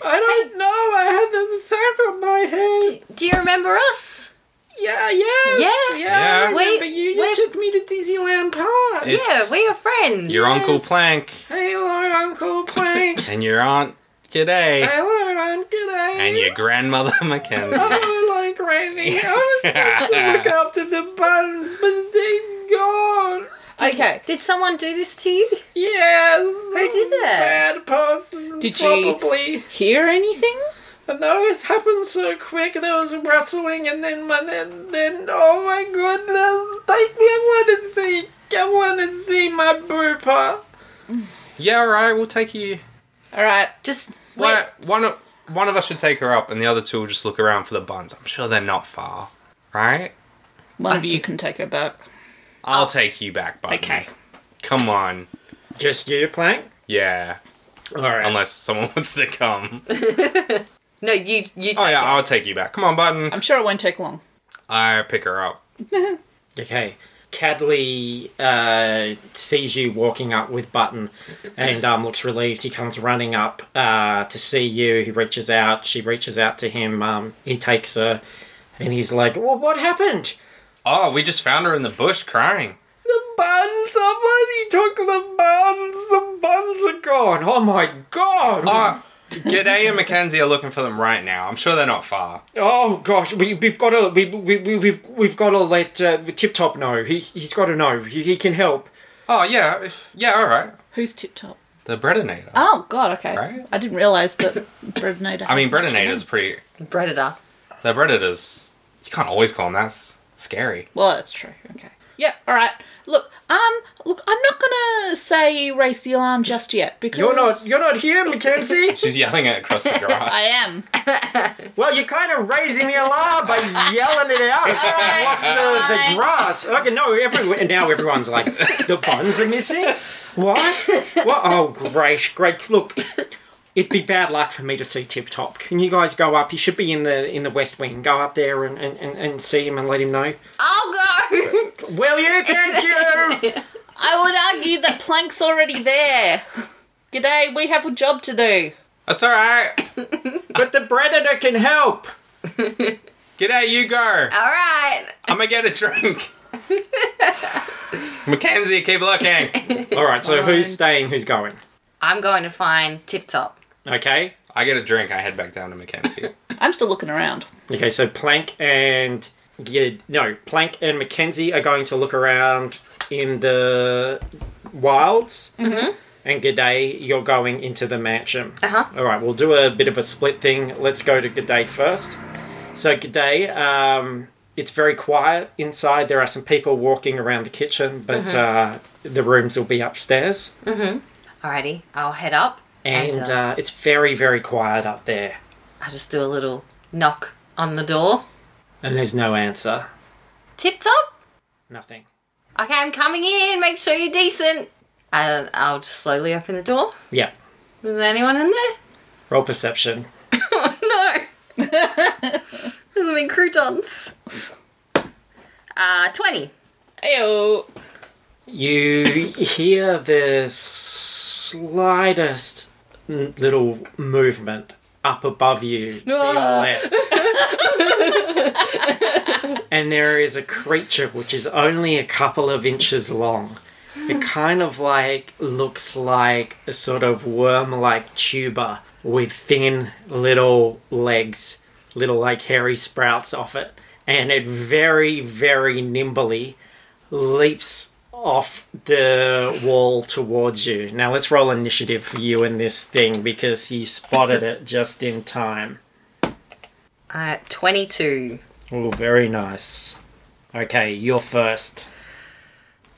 B: I don't know. I had the sack on my head. Uh,
E: Do you remember us?
B: Yeah, yes,
E: Yeah.
B: yeah. I
D: Yeah.
E: Wait,
B: remember you. You
E: wait.
B: took me to Disneyland Park.
D: It's
E: yeah, we are friends.
D: your Uncle Plank
B: Hello, Uncle
D: *laughs*
B: Plank.
D: and your Aunt G'day
B: Hello, Aunt G'day.
D: and your grandmother *laughs* Mackenzie.
B: I like Randy. I was supposed to look after the buns, but they've gone.
C: Okay.
E: Did someone do this to you?
B: Yes.
E: Who did it?
B: Bad person.
C: Did you-
B: probably.
C: Hear anything?
B: And that always happened so quick. There was wrestling, and then my then, then oh my goodness! Take me. I want to see. I want to see my
E: *laughs*
B: blooper.
D: yeah, all right, we'll take you.
C: Alright.
E: Just
D: Why, one, of- one of us should take her up and the other two will just look around for the buns. I'm sure they're not far, right?
C: One of you can take her back.
D: I'll take you back, Barton.
C: Okay.
D: Come on.
B: Just you playing.
D: Yeah.
B: All right.
D: Unless someone *laughs* wants to come.
E: no, you you. Take
D: Oh, yeah,
E: it.
D: I'll take you back. Come on, Barton.
C: I'm sure it won't take long.
D: I pick her up.
B: Okay. Cadley uh, sees you walking up with Button and um, looks relieved. He comes running up uh, to see you. He reaches out. She reaches out to him. Um, he takes her and he's like, well, What happened?
D: Oh, we just found her in the bush crying.
B: The buns. Somebody took the buns. The buns are gone. Oh my god.
D: Oh, G'day and Mackenzie are looking for them right now. I'm sure they're not far.
B: Oh gosh, we, we've got to we, we, we, we've, we've got to let uh, Tip Top know. He he's got to know. He, he can help.
D: Oh, yeah. If, yeah, all right.
C: Who's tip top?
D: The Bredinator.
C: Oh god, okay.
D: Right?
C: I didn't realise that *laughs* Bredinator.
D: I mean,
C: had an actual
D: Bredinator's
C: name.
D: pretty.
E: Predator.
D: The Bredinators. You can't always call them. That's scary.
C: Well, that's true. Okay. Yeah, alright. Look, um look, I'm not gonna say raise the alarm just yet because
B: You're not you're not here, Mackenzie.
D: She's yelling it across the garage.
C: I am.
B: Well, you're kind of raising the alarm by yelling it out. What's the, the grass? Okay, no, everyone, and now everyone's like, the buns are missing? What? What? Oh, great, great. Look, it'd be bad luck for me to see Tip Top. Can you guys go up? He should be in the in the West Wing. Go up there and, and, and, and see him and let him know.
E: I'll go.
B: Will you? Thank you!
C: I would argue that Plank's already there. G'day, we have a job to do.
D: That's all right.
B: But the Predator can help.
D: G'day, you go.
E: *laughs* All right.
D: I'm gonna get a drink. Mackenzie, keep looking.
B: All right, so who's staying, who's going?
E: I'm going to find Tip Top.
B: Okay?
D: I get a drink. I head back down to Mackenzie.
C: I'm still looking around.
B: Okay, so Plank and yeah, no, Plank and Mackenzie are going to look around in the wilds, mm-hmm. and G'day, you're going into the mansion.
E: Uh-huh.
B: All right, we'll do a bit of a split thing. Let's go to G'day first. So G'day, um, it's very quiet inside. There are some people walking around the kitchen, but uh, the rooms will be upstairs,
E: Alrighty, I'll head up.
B: and
E: And, uh,
B: uh, it's very, very quiet up there,
E: I just do a little knock on the door.
B: and there's no answer.
E: Tip Top.
B: Nothing.
E: Okay, I'm coming in. Make sure you're decent. And I'll just slowly open the door.
B: Yeah.
E: Is there anyone in there? *laughs*
B: Roll perception.
E: Oh no. *laughs* There's been croutons. Uh, 20.
C: Heyo.
B: You hear the slightest n- little movement up above you to your
E: Ah.
B: left. and there is a creature which is only a couple of inches long. It kind of like looks like a sort of worm like tuber with thin little legs, little like hairy sprouts off it. And it very, very nimbly leaps off the wall towards you. Now let's roll initiative for you and this thing because you spotted it just in time.
E: Uh, 22.
B: Oh, very nice. Okay, you're first.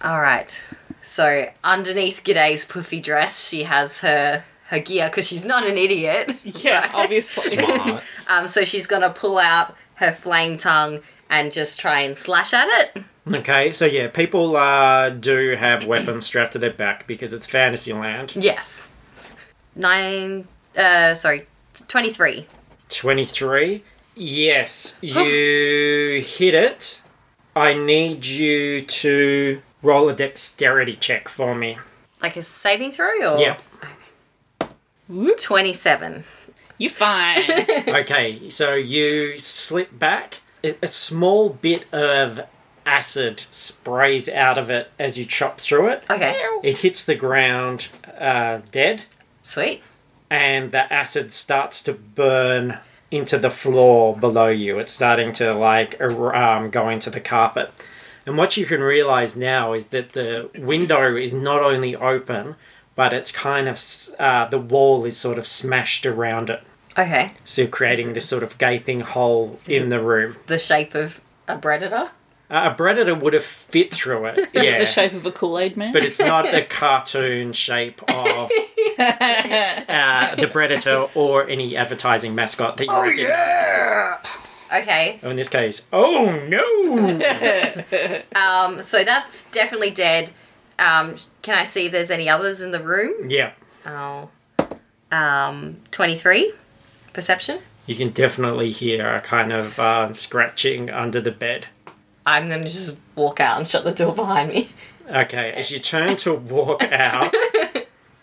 E: All right. So underneath G'day's puffy dress, she has her her gear because she's not an idiot.
C: Yeah, obviously. *laughs*
D: Smart.
E: Um, so she's gonna pull out her flame tongue and just try and slash at it.
B: Okay, so yeah, people uh, do have weapons strapped to their back because it's Fantasyland.
E: Yes. Nine. Uh, sorry, twenty-three.
B: 23. Yes, you hit it. I need you to roll a dexterity check for me.
E: Like a saving throw, or
B: Yep.
E: twenty-seven.
C: you fine.
B: Okay, so you slip back. A a small bit of acid sprays out of it as you chop through it.
E: Okay,
B: It hits the ground uh, dead,
E: sweet.
B: and the acid starts to burn into the floor below you. It's starting to like er- um, go into the carpet. And what you can realize now is that the window is not only open, but it's kind of s- uh, the wall is sort of smashed around it.
E: Okay,
B: So creating this sort of gaping hole in the room.
E: the shape of a predator.
B: Uh, a Predator would have fit through it,
C: Is it
B: yeah,
C: the shape of a Kool Aid man?
B: but it's not the cartoon shape
C: *laughs*
B: of uh, the Predator or any advertising mascot
C: Oh,
B: that you recognize.
E: Okay,
B: Oh, In this case, oh no!
E: um, so that's definitely dead. Um, can I see if there's any others in the room?
B: yeah,
E: Oh, um, twenty-three. Perception.
B: you can definitely hear a kind of um, scratching under the bed.
E: I'm gonna just walk out and shut the door behind me.
B: Okay, as you turn to walk out,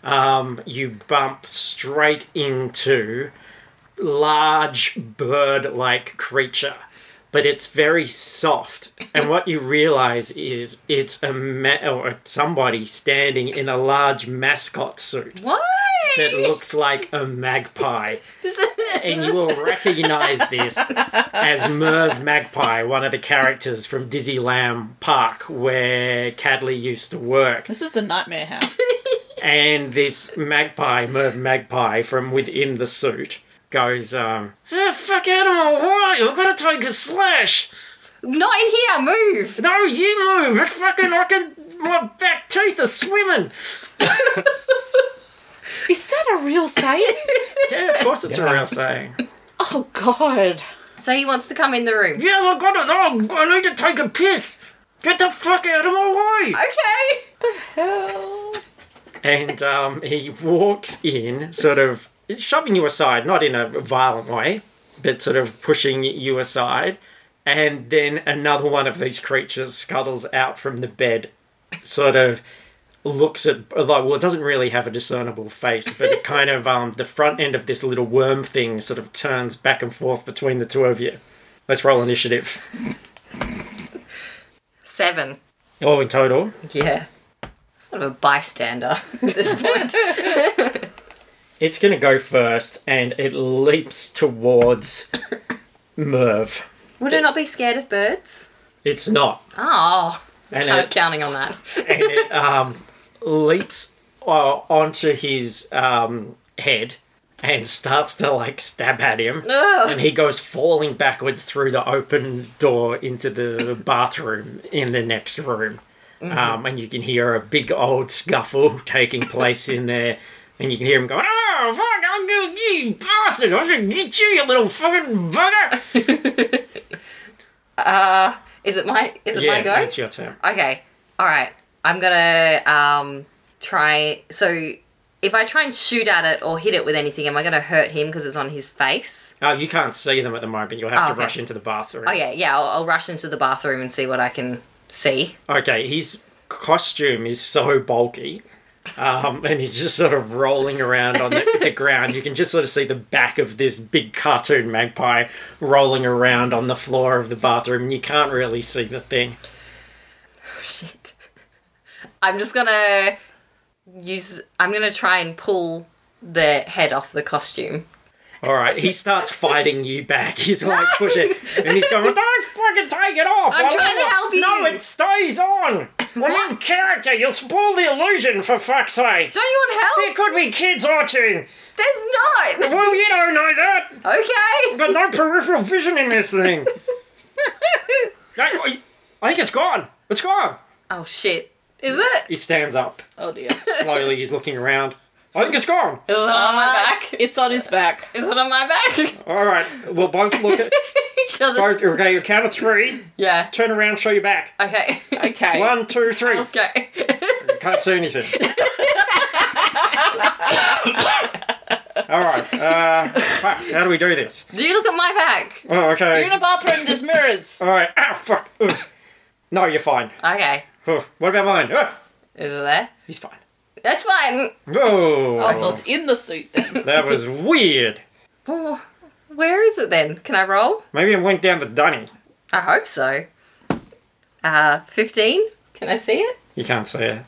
B: um, you bump straight into large bird-like creature, but it's very soft. And what you realize is it's a ma- or somebody standing in a large mascot suit
E: Why?
B: that looks like a magpie. and you will recognize this as Merv Magpie, one of the characters from Dizzy Lamb Park, where Cadley used to work.
C: this is a nightmare house.
B: And this magpie, Merv Magpie, from within the suit, goes, um, "Eh, fuck animal, why? I've got to take a slash.
E: Not in here. Move.
B: No, you move. It's fucking, I can, my back teeth are swimming.
C: *laughs* is that a real *laughs* saying?
B: Yeah, of course it's a real saying.
C: oh, God.
E: So he wants to come in the room.
B: Yes, I got it. Oh, I need to take a piss. Get the fuck out of my way.
E: Okay.
C: Hell.
B: and um, he walks in, sort of shoving you aside, not in a violent way, but sort of pushing you aside. And then another one of these creatures scuttles out from the bed, sort of looks at like well, it doesn't really have a discernible face, but it kind of um, the front end of this little worm thing sort of turns back and forth between the two of you. Let's roll initiative.
E: Seven.
B: Oh, in total.
E: Yeah. Sort of a bystander at *laughs* this point.
B: It's going to go first and it leaps towards Merv.
E: Would it not be scared of birds?
B: It's not.
E: Oh.
B: And
E: I'm
B: it,
E: counting on that.
B: and it um, leaps uh, onto his um, head and starts to like stab at him.
E: Ugh.
B: And he goes falling backwards through the open door into the bathroom in the next room.
E: Mm-hmm.
B: Um, and you can hear a big old scuffle *laughs* taking place in there. And you can hear him going, Oh, fuck, I'm gonna get you, bastard! I'm gonna get you, you little fucking bugger!
E: Is it my is it
B: yeah,
E: my go?
B: it's your turn.
E: Okay. Alright. I'm gonna um try so if I try and shoot at it or hit it with anything, am I gonna hurt him because it's on his face?
B: Oh, you can't see them at the moment. You'll have
E: Oh,
B: to
E: okay.
B: rush into the bathroom.
E: Oh yeah, yeah, I'll, I'll rush into the bathroom and see what I can see.
B: Okay, he's costume is so bulky. Um, and he's just sort of rolling around on the, the ground. You can just sort of see the back of this big cartoon magpie rolling around on the floor of the bathroom. You can't really see the thing.
E: Oh, *laughs* Shit. I'm just gonna use. I'm gonna try and pull the head off the costume.
B: All right, he starts fighting you back. He's like, push it. And he's going, don't fucking take it off.
E: I'm
B: I
E: trying to
B: wanna-"
E: help you.
B: No, it stays
E: *laughs*
B: on. We're not character. You'll spoil the illusion, for fuck's sake.
E: Don't you
B: There
E: want help?
B: could be kids watching.
E: There's not.
B: Well, you don't know that.
E: Okay.
B: Got no peripheral vision in this thing. I, I think it's gone. It's gone.
E: *laughs* Oh shit. Is it?
B: He stands up.
C: Oh dear.
B: Slowly, he's looking around. I think it's gone.
E: Is it on my back?
C: It's on his back.
E: Uh, Is it on my back? *laughs*
B: All right, we'll both look at
E: Each other.
B: both. Okay, count of three.
E: Yeah.
B: Turn around, show your back.
E: Okay. *laughs*
C: Okay.
B: One, two, three.
E: Okay. *laughs*
B: Can't see anything. All right. Uh, fuck. How do we do this?
E: Do you look at my back?
B: Oh, okay.
C: You're in a bathroom, there's mirrors.
B: All right. Ah, fuck. Ugh. No, you're fine.
E: Okay.
B: Ugh. What about mine? Ugh.
E: Is it there?
B: He's fine.
E: That's fine.
B: Whoa.
C: Oh, So it's in the suit then.
B: That was weird.
E: Oh, where is it then? Can I roll?
B: Maybe it went down the dunny.
E: I hope so. Uh, 15? Can I see it?
B: You can't see it.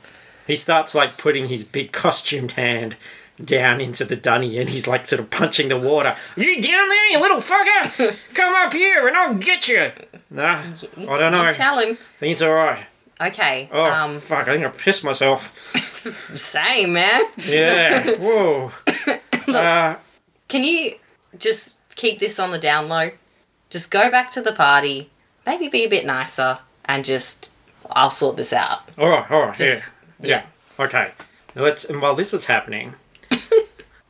B: He starts like putting his big costumed hand down into the dunny and he's like sort of punching the water. You down there, you little
E: *laughs*
B: fucker! Come up here and I'll get you! Nah,
E: You-
B: I don't know.
E: You
B: I
E: tell him.
B: think it's alright.
E: Okay.
B: Oh,
E: Um,
B: fuck, I think I pissed myself.
E: same, man.
B: Yeah, *laughs*
E: *coughs*
B: whoa. Uh,
E: Can you just keep this on the down low? Just go back to the party, maybe be a bit nicer, and just, I'll sort this out.
B: alright, alright, yeah.
E: Just-
B: Oh, Yeah. Okay. Now let's. And while this was
E: *laughs*
B: happening,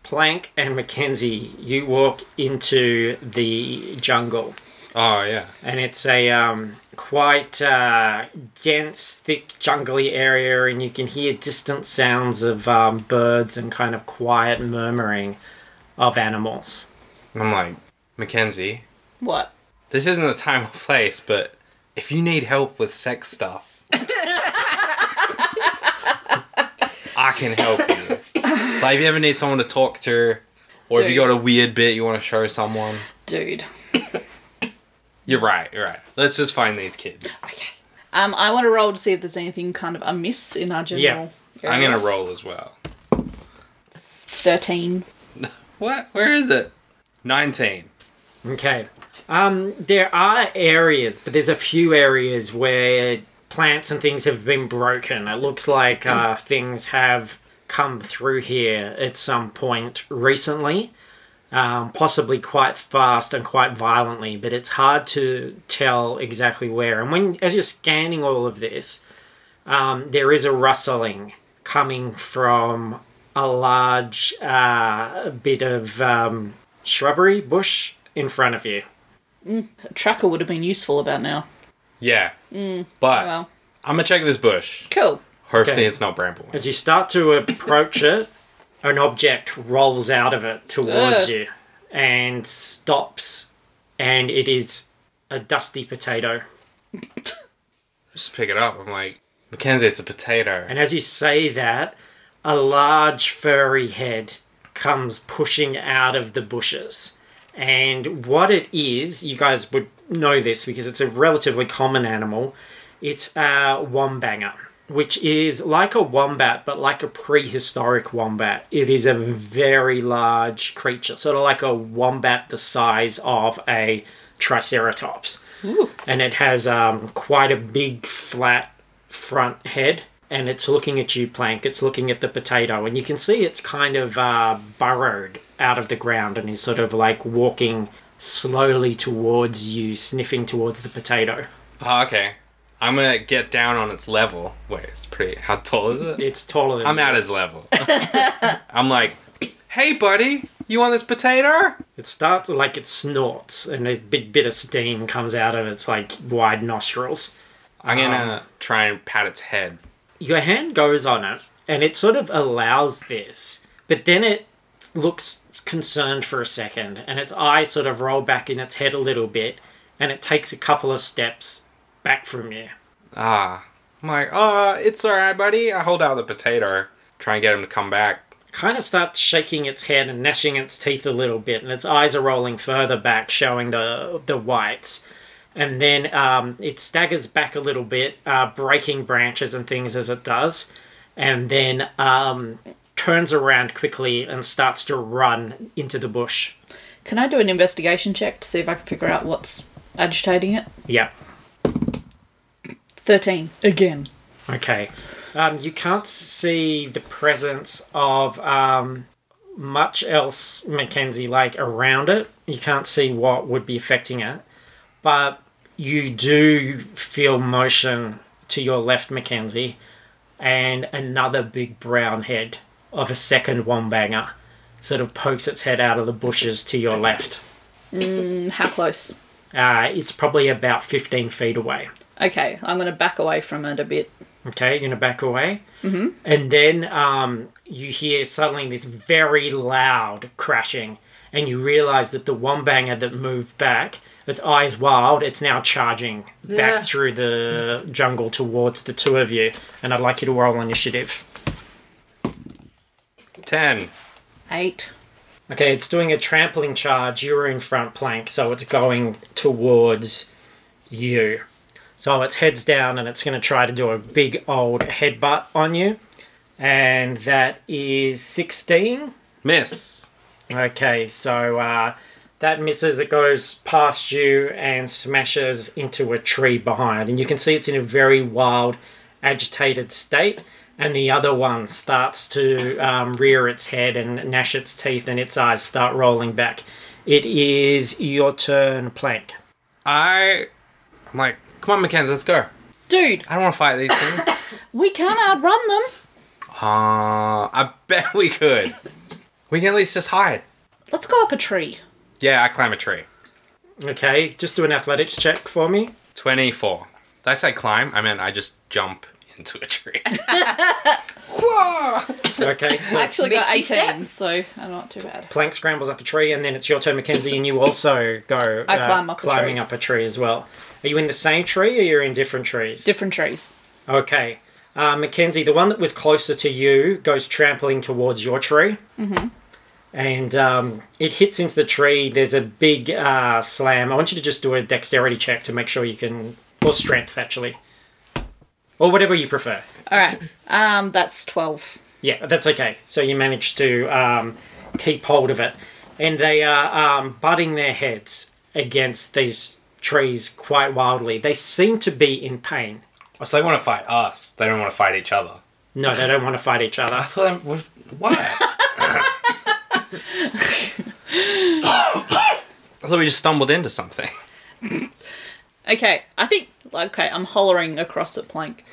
B: Plank and Mackenzie, you walk into the jungle,
D: Oh yeah.
B: and it's a um, quite uh, dense, thick, jungly area, and you can hear distant sounds of um, birds and kind of quiet murmuring of animals.
D: I'm like, Mackenzie,
C: What?
D: this isn't the time or place, but if you need help with sex *laughs* stuff, I can help you. Like, if you ever need someone to talk to, or if you
C: Dude.
D: got a weird bit you want to show someone,
C: Dude.
D: you're right, you're right. Let's just find these kids.
C: Um, I want to roll to see if there's anything kind of amiss in our general. Yeah.
D: I'm gonna roll as well.
C: 13.
D: What? Where is it? 19.
B: Okay. Um, there are areas, but there's a few areas where plants and things have been broken. It looks like uh, things have come through here at some point recently, um, possibly quite fast and quite violently, but it's hard to tell exactly where. And when, as you're scanning all of this, um, there is a rustling coming from a large uh, bit of um, shrubbery bush in front of you.
C: A tracker would have been useful about now.
D: Yeah. But
C: Well,
D: I'm gonna check this bush.
C: cool.
D: Hopefully,
B: Okay.
D: it's not bramble.
B: As you start to approach it, an object rolls out of it towards
C: Ugh.
B: you and stops, and it is a dusty potato.
D: Just pick it up. I'm like, Mackenzie, it's a potato.
B: And as you say that, a large furry head comes pushing out of the bushes. And what it is, you guys would know this because it's a relatively common animal. It's a wombanger, which is like a wombat, but like a prehistoric wombat. It is a very large creature, sort of like a wombat the size of a triceratops. And it has um, quite a big, flat front head and it's looking at you, Plank. It's looking at the potato, and you can see it's kind of uh, burrowed out of the ground and is sort of like walking slowly towards you, sniffing towards the potato.
D: Oh, okay. I'm gonna get down on its level. Wait, it's pretty. How tall is it?
B: It's taller than
D: I'm
B: you.
D: at its level. *laughs* I'm like, hey, buddy, you want this potato?
B: It starts like it snorts, and a big bit of steam comes out of its like wide nostrils.
D: I'm gonna try and pat its head.
B: your hand goes on it and it sort of allows this, but then it looks concerned for a second and its eyes sort of roll back in its head a little bit and it takes a couple of steps back from you.
D: Ah, I'm like, oh, it's all right, buddy. I hold out the potato, try and get him to come back.
B: kind of starts shaking its head and gnashing its teeth a little bit, and its eyes are rolling further back, showing the the whites. And then um, it staggers back a little bit, uh, breaking branches and things as it does, and then um, turns around quickly and starts to run into the bush.
C: Can I do an investigation check to see if I can figure out what's agitating it?
B: Yeah.
C: 13. Again.
B: Okay. Um, you can't see the presence of um, much else, Mackenzie, like around it. You can't see what would be affecting it. But you do feel motion to your left, Mackenzie, and another big brown head of a second wombanger sort of pokes its head out of the bushes to your left.
C: Mm, How close?
B: Uh, it's probably about 15 feet away.
C: Okay, I'm going to back away from it a bit.
B: okay, you're gonna back away, mm-hmm. and then um, you hear suddenly this very loud crashing, and you realize that the wombanger that moved back, its eyes wild, it's now charging back
E: Yeah.
B: through the jungle towards the two of you, and I'd like you to roll initiative.
D: Ten.
C: 8.
B: Okay, it's doing a trampling charge. You're in front plank, so it's going towards you. So its head's down and it's going to try to do a big old headbutt on you. And that is 16.
D: Miss.
B: Okay, so uh, that misses. It goes past you and smashes into a tree behind. And you can see it's in a very wild, agitated state. And the other one starts to um, rear its head and gnash its teeth, and its eyes start rolling back. It is your turn, Plank.
D: I. I'm like, come on, Mackenzie, let's go.
C: Dude,
D: I don't want to fight these things.
C: we can't outrun them.
D: uh, I bet we could. We can at least just hide.
C: Let's go up a tree.
D: Yeah, I climb a tree.
B: Okay, just do an athletics check for me.
D: 24. Did I say climb? I meant I just jump into a tree.
B: Okay, so
C: I actually got
E: Misty
C: 18,
E: step.
C: so I'm not too bad.
B: Plank scrambles up a tree, and then it's your turn, Mackenzie, and you also go uh,
C: I climb up a
B: climbing
C: tree.
B: up a tree as well. Are you in the same tree, or you're in different trees?
C: Different trees.
B: Okay, uh, Mackenzie, the one that was closer to you goes trampling towards your tree, mm-hmm. and um, it hits into the tree. There's a big uh, slam. I want you to just do a dexterity check to make sure you can, or strength actually, or whatever you prefer.
C: All right, um, that's 12.
B: Yeah, that's okay. So you manage to um, keep hold of it, and they are um, butting their heads against these trees quite wildly. They seem to be in pain.
D: Oh, so they want to fight us. They don't want to fight each other.
B: No, they don't want to fight each
D: I
B: other.
D: thought that was. Why? *coughs* I thought we just stumbled into something.
C: Okay, I think, okay, I'm hollering across at Plank.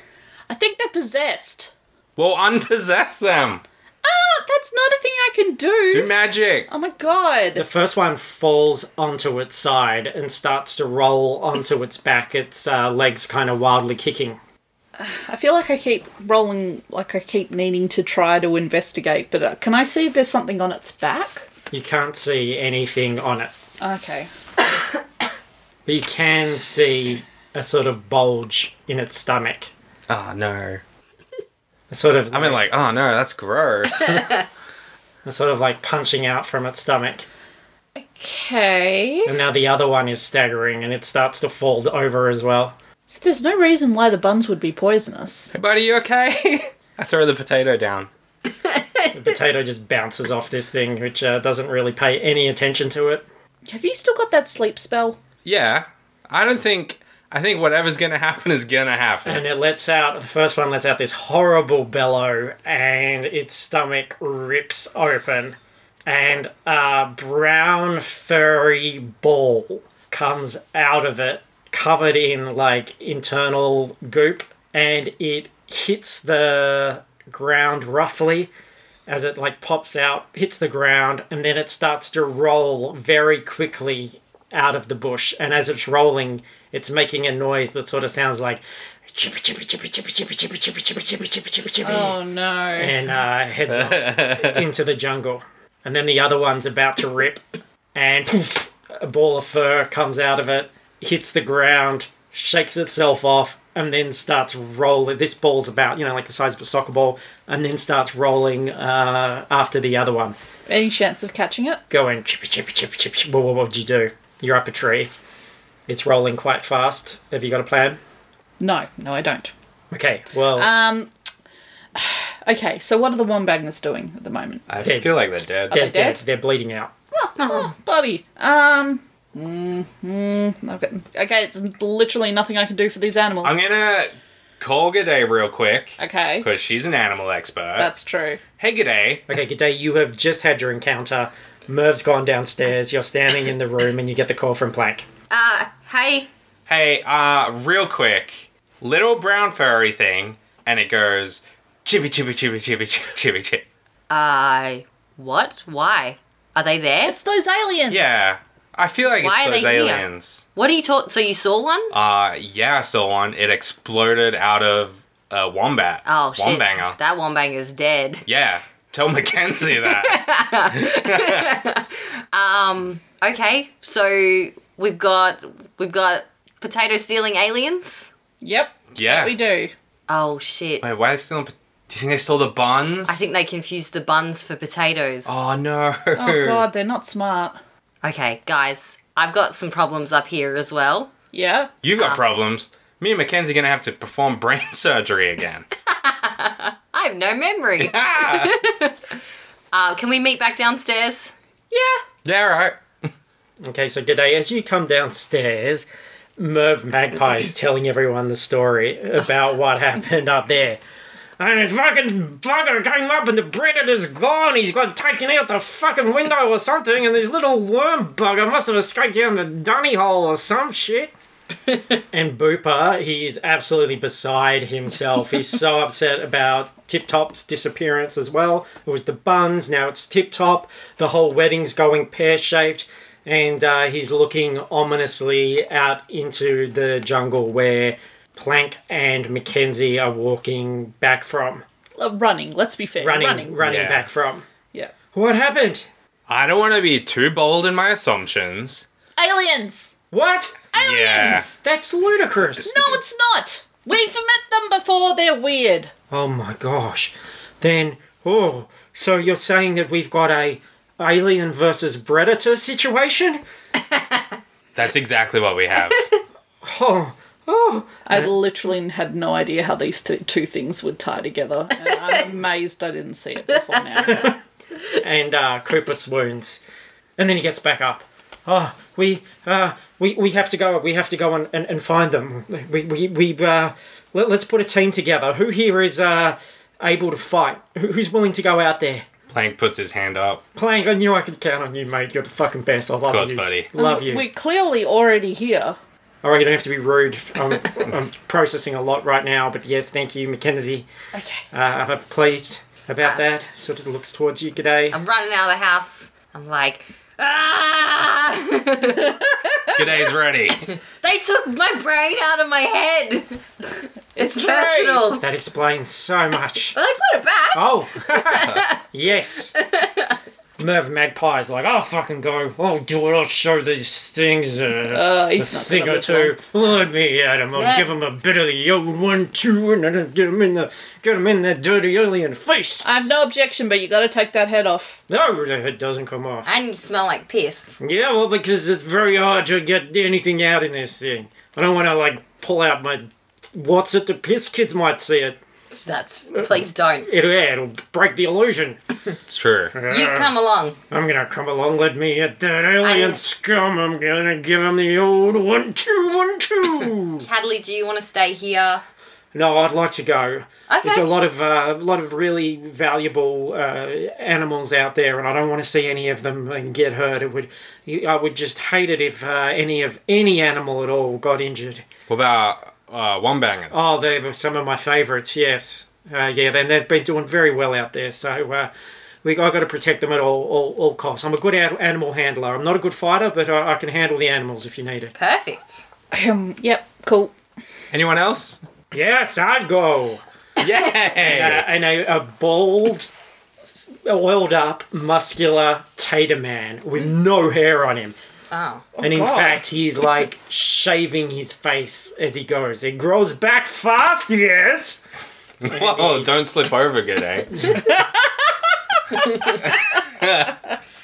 C: I think they're possessed.
D: Well, unpossess them.
C: Ah, that's not a thing I can do.
D: Do magic.
C: oh my god.
B: The first one falls onto its side and starts to roll onto its back, its uh, legs kind of wildly kicking.
C: I feel like I keep rolling, like I keep needing to try to investigate, but uh, can I see if there's something on its back?
B: You can't see anything on it,
C: Okay.
B: but you can see a sort of bulge in its stomach.
D: Oh no.
B: A sort of,
D: I mean, like, oh no, that's gross.
B: a sort of like punching out from its stomach.
C: Okay.
B: And now the other one is staggering and it starts to fold over as well.
C: So there's no reason why the buns would be poisonous.
D: Buddy, you okay? *laughs* I throw the potato down.
B: The potato just bounces off this thing, which uh, doesn't really pay any attention to it.
C: Have you still got that sleep spell?
D: Yeah. I don't think. I think whatever's gonna happen is gonna happen.
B: And it lets out, the first one lets out this horrible bellow and its stomach rips open. And a brown furry ball comes out of it, covered in like internal goop. And it hits the ground roughly. as it like pops out, hits the ground, and then it starts to roll very quickly out of the bush. And as it's rolling, it's making a noise that sort of sounds like chippy chippy chippy chippy chippy chippy chippy chippy chippy chippy chippy chippy, *laughs*
C: no.
B: and uh, heads off into the jungle. And then the other one's about to rip, and a ball of fur comes out of it, hits the ground, shakes itself off, and then starts rolling. This ball's about, you know, like the size of a soccer ball, and then starts rolling uh, after the other one,
C: *laughs* Any chance of catching it?
B: going chippy, chippy, chippy, chippy, chippy. Well, what would you do? You're up a tree. It's rolling quite fast. Have you got a plan?
C: No, no, I don't.
B: Okay, well,
C: Okay, so what are the Wombagners doing at the moment?
D: I
B: Dead.
D: feel like they're dead.
B: they're
C: they
B: dead.
C: dead?
B: They're bleeding out.
C: Oh, buddy. Um. mm, mm, I've got- okay, it's literally nothing I can do for these animals.
D: I'm gonna call G'day real quick.
C: okay,
D: Because she's an animal expert.
C: that's true.
D: hey, G'day.
B: Okay, good day. You have just had your encounter. Merv's gone downstairs. You're standing in the room, and you get the call from Plank.
E: Uh, hey,
D: Hey, uh, real quick. Little brown furry thing. And it goes, chippy, chippy, chippy, chippy, chippy, chippy, chippy.
E: I. what? Why? Are they there?
C: It's those aliens.
D: Yeah. I feel like
E: Why are
D: it's those
E: they here?
D: aliens.
E: What are you talking? So you saw one?
D: Uh, yeah, so on. It exploded out of a wombat.
E: Oh shit!
D: Wombanger.
E: That wombanger's dead.
D: yeah. Tell Mackenzie
E: *laughs*
D: that.
E: Okay, so we've got we've got potato stealing aliens.
C: Yep.
D: Yeah.
C: We do.
E: Oh shit!
D: Wait, why is still? Do you think they stole the buns?
E: I think they confused the buns for potatoes.
D: Oh no.
C: Oh god, they're not smart.
E: Okay, guys, I've got some problems up here as well.
C: Yeah.
D: You've got problems. Me and Mackenzie are gonna have to perform brain surgery again.
E: I have no
D: *laughs*
E: memory.
D: ah!
E: uh, can we meet back downstairs?
C: Yeah.
D: Yeah, all right.
B: Okay, so good day. As you come downstairs, Merv Magpie is telling everyone the story about what happened up there. And his fucking bugger came up, and the predator is gone. He's got taken out the fucking window or something, and this little worm bugger must have escaped down the dunny hole or some shit. and Booper, he is absolutely beside himself. He's so upset about Tip Top's disappearance as well. It was the buns, now it's Tip Top. The whole wedding's going pear shaped. And uh, he's looking ominously out into the jungle where Plank and Mackenzie are walking back from.
C: Uh, running. Let's be fair.
B: Running, running,
C: Running.
D: Yeah.
B: back from.
C: Yeah.
B: What happened?
D: I don't want to be too bold in my assumptions.
C: Aliens.
B: What?
C: Aliens.
B: That's ludicrous.
C: No, it's not. We've met them before. They're weird.
B: Oh my gosh. Then, oh, so you're saying that we've got a alien versus predator situation?
D: That's exactly what we have.
B: Oh, oh.
C: I literally had no idea how these two, two things would
B: *laughs*
C: tie together. And I'm amazed I didn't see it before now.
B: And uh, Cooper swoons. And then he gets back up. Oh, we, uh, we, we have to go. We have to go and, and, and find them. We, we, we, uh, let, let's put a team together. Who here is, uh, able to fight? Who, who's willing to go out there?
D: Plank puts his hand up.
B: Plank, I knew I could count on you, mate. You're the fucking best. I love
D: course,
B: you.
D: buddy.
B: Love you.
C: We're clearly already here.
B: All right, you don't have to be rude. I'm, I'm processing a lot right now, but yes, thank you, Mackenzie.
C: Okay. Uh.
B: Uh, I'm pleased about that. Sort of looks towards you today.
E: I'm running out of the house. I'm like, ah! *laughs*
D: G'day's ready.
E: they took my brain out of my head. It's,
C: true.
E: personal. But
B: That explains so much.
E: they put it back.
B: Oh, *laughs* yes. Merv Magpie's like, I'll fucking go. I'll do it. I'll show these things a
C: Uh, he's not
B: thing
C: gonna
B: or
C: live long.
B: two. Let me at him. I'll
E: Yeah.
B: give him a bit of the old one, two, and then get him in the get him in that dirty alien face.
C: I have no objection, but you got to take that head off.
B: No, it doesn't come off.
E: And you smell
D: *laughs*
E: like piss.
B: Yeah, well, because it's very hard to get anything out in this thing. I don't want to like pull out my what's it. The piss kids might see it.
E: That's please don't.
B: It'll yeah, it'll break the illusion.
D: It's true.
E: You come along.
B: I'm gonna come along. Let me at that alien
E: I-
B: scum. I'm gonna give him the old one two one two.
E: Hadley, do you want to stay here?
B: no, I'd like to go. There's
E: Okay.
B: a lot of a lot of really valuable uh, animals out there, and I don't want to see any of them and get hurt. It would, I would just hate it if uh, any of any animal at all got injured.
D: What about uh, wombangers?
B: Oh, they were some of my favourites. Yes, uh, yeah, and they've been doing very well out there. So uh, we I got to protect them at all, all all costs. I'm a good ad- animal handler. I'm not a good fighter, but I, I can handle the animals if you need it.
E: Perfect.
C: Um, yep, cool.
D: Anyone else?
B: Yes, I'd go. Uh,
D: Yay!
B: and a, a bald, oiled up, muscular tater man with no hair on him.
E: Oh.
B: and in
C: God.
B: fact, he's like shaving his face as he goes. It grows back fast, yes.
D: Whoa, don't slip over, good eh?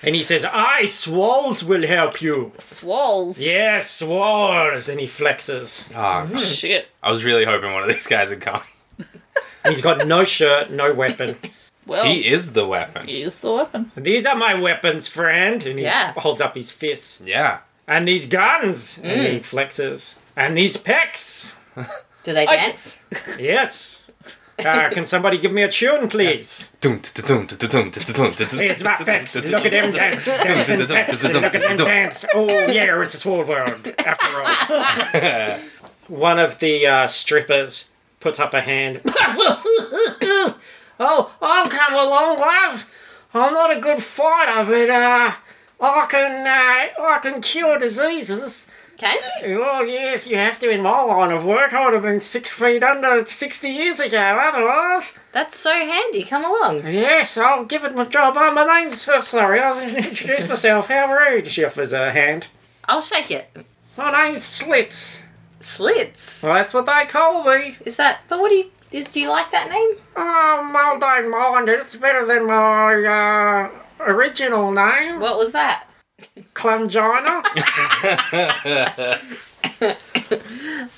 B: And he says, "I swalls will help you."
C: Swalls.
B: Yes, swalls, and he flexes.
D: Oh,
C: Shit.
B: Uh,
D: I was really hoping one of these guys would come.
B: He's got no *laughs* shirt, no weapon.
C: Well,
D: He is the weapon.
C: he is the weapon.
B: These are my weapons, friend. And he
E: Yeah.
B: holds up his fists.
D: Yeah.
B: And these guns. And he flexes. And these pecs.
E: Do they
C: I-
E: dance?
B: Yes. Uh, can somebody give me a tune, please? It's my pecs. Look at them dance. Dance and pecs. Look at them dance. Oh, yeah, it's a small world, after all. One of the uh, strippers puts up a hand. oh, I'll come along, love. I'm not a good fighter, but uh, I can uh, I can cure diseases.
E: Can you?
B: Oh yes, you have to in my line of work. I would have been six feet under sixty years ago. Otherwise,
E: That's so handy. Come along.
B: yes, I'll give it my job. Oh, my name's oh, sorry. I didn't introduce myself. How rude! She offers a hand.
E: I'll shake it.
B: My name's Slits.
E: Slits.
B: Well, that's what they call me.
E: Is that? But what do you? Is do you like that name?
B: Um, I don't mind it. It's better than my uh, original name,
E: What was that?
B: Clumgina.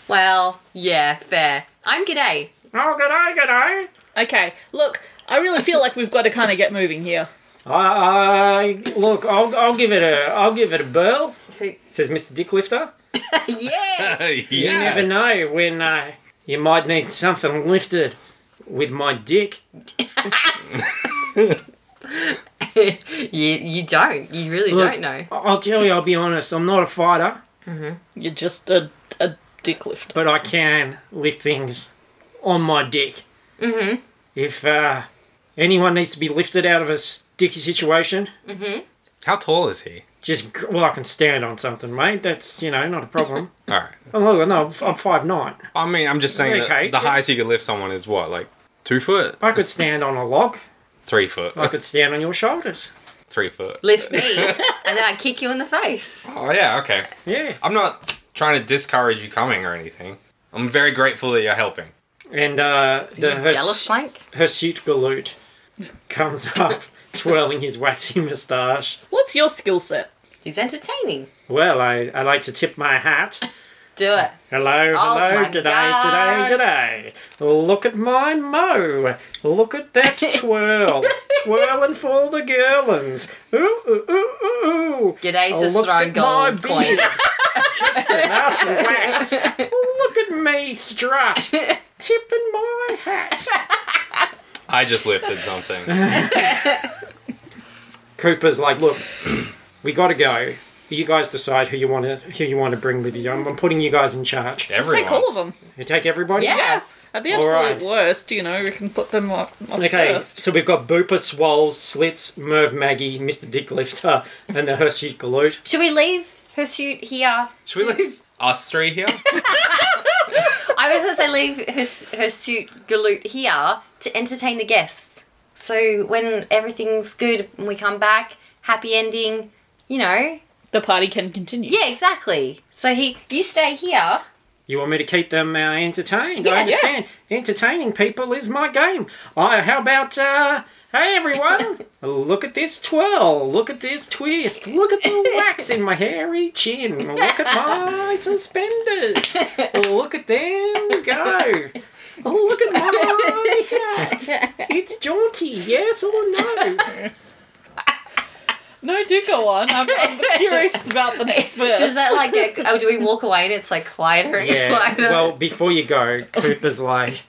E: Well, yeah, fair. I'm G'day.
B: oh, g'day, g'day.
C: Okay, look, I really feel like we've got to kind of get moving here.
B: I, I look. I'll, I'll give it a. I'll give it a burl.
E: Who-
B: Says Mr. Dicklifter.
E: yes.
B: You never
D: yeah.
B: know when uh, you might need something lifted with my dick.
E: *laughs* you you don't. You really
B: Look.
E: don't know.
B: I- I'll tell you, I'll be honest, I'm not a fighter,
C: You're just a, a dick lifter.
B: but I can lift things on my dick. Mm-hmm. If uh, anyone needs to be lifted out of a sticky situation,
D: How tall is he?
B: just, gr- well, I can stand on something, mate. That's, you know, not a
E: *laughs*
B: problem.
D: All right.
B: oh, look, no, I'm 5'9.
D: I mean, I'm just saying
B: Okay,
D: that the
B: yeah.
D: highest you could lift someone is what, like two foot,
B: I could stand on a log.
D: three foot,
B: I could stand on your shoulders.
D: three foot.
E: Lift me, and then I kick you in the face.
D: Oh yeah, okay.
B: Yeah.
D: I'm not trying to discourage you coming or anything. I'm very grateful that you're helping.
B: And uh, the, her
E: Jealous plank.
B: Hirsute Galoot comes *laughs* up, twirling his waxy moustache.
C: What's your skill set?
E: He's entertaining.
B: Well, I, I like to tip my hat.
E: Do it.
B: Hello,
E: Oh
B: hello,
E: my
B: g'day,
E: God.
B: g'day, g'day. Look at my mo. Look at that
E: *laughs*
B: twirl. Twirling for the girlins. Ooh, ooh, ooh, ooh, ooh.
E: G'day's
B: Oh,
E: just
B: look
E: throwing
B: at my
E: gold
B: beard.
E: coins.
B: Just enough wax. Look at me strut. Tipping my hat.
D: I just lifted *laughs* something.
B: Cooper's like, look, we got to go. You guys decide who you want to who you want to bring with you. I'm, I'm putting you guys in charge.
D: Everyone.
C: Take all of them.
B: You take everybody.
E: Yes.
C: At the
B: All
C: absolute
B: right.
C: worst, you know, we can put them up, up
B: Okay,
C: first.
B: so we've got Booper, Swole, Slits, Merv, Maggie, Mr. Dick Lifter, and the Hirsute Galoot.
E: Should we leave Hirsute here?
D: Should we leave us three *laughs* here?
E: I was going to say leave Hirs- Hirsute Galoot here to entertain the guests. So when everything's good and we come back, happy ending, you know.
C: The party can continue.
E: Yeah, exactly. So he, you stay here.
B: You want me to keep them uh, entertained? I
E: Yes.
B: understand. Entertaining people is my game. I, how about, uh, hey everyone, look at this twirl, look at this twist, look at the wax in my hairy chin, look at my suspenders, look at them go. Oh, Look at my hat. It's jaunty, yes or no?
C: No, do go on. I'm, I'm *laughs* curious about the next verse.
E: Does that like get, *laughs* oh, do we walk away and it's like quieter and
B: Yeah.
E: quieter?
B: well, before you go, Cooper's like,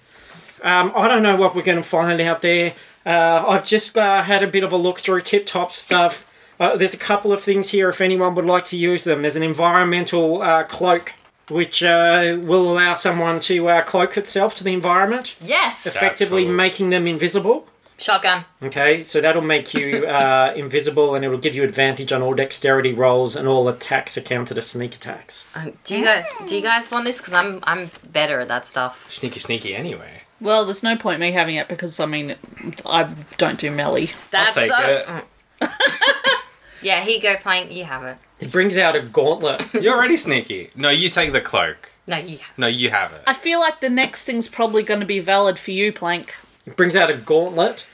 B: um, I don't know what we're going to find out there. Uh, I've just uh, had a bit of a look through Tip Top stuff. Uh, there's a couple of things here if anyone would like to use them. There's an environmental uh, cloak, which uh, will allow someone to uh, cloak itself to the environment,
E: yes.
B: effectively
D: cool.
B: making them invisible.
E: Shotgun.
B: Okay, so that'll make you uh, invisible and it'll give you advantage on all dexterity rolls and all attacks are counted as sneak attacks.
E: Um, do you guys do you guys want this? Because I'm I'm better at that stuff.
D: sneaky, sneaky. Anyway,
C: well, there's no point me having it because, I mean, I don't do melee.
E: That's
D: I'll take
E: so.
D: it.
E: Mm. *laughs* Yeah, he go plank. You have it.
B: He brings out a gauntlet.
D: You're already sneaky. No, you take the cloak.
E: No, you have.
D: No, you have it.
C: I feel like the next thing's probably going to be valid for you, Plank.
B: He brings out a gauntlet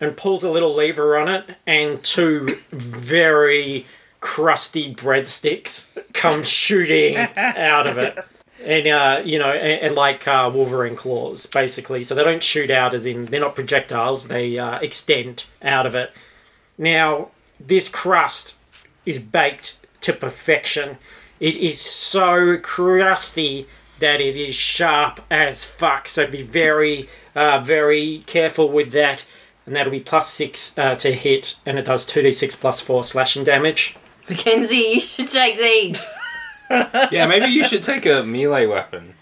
B: and pulls a little lever on it, and two very crusty breadsticks come shooting out of it. And, uh, you know, and, and like uh, Wolverine claws, basically. So they don't shoot out, as in they're not projectiles, they uh, extend out of it. Now, this crust is baked to perfection. It is so crusty that it is sharp as fuck. So be very, uh, very careful with that. And that'll be plus six uh, to hit, and it does 2d6 plus four slashing damage.
E: Mackenzie, you should take these.
D: Yeah, maybe you should take a melee weapon.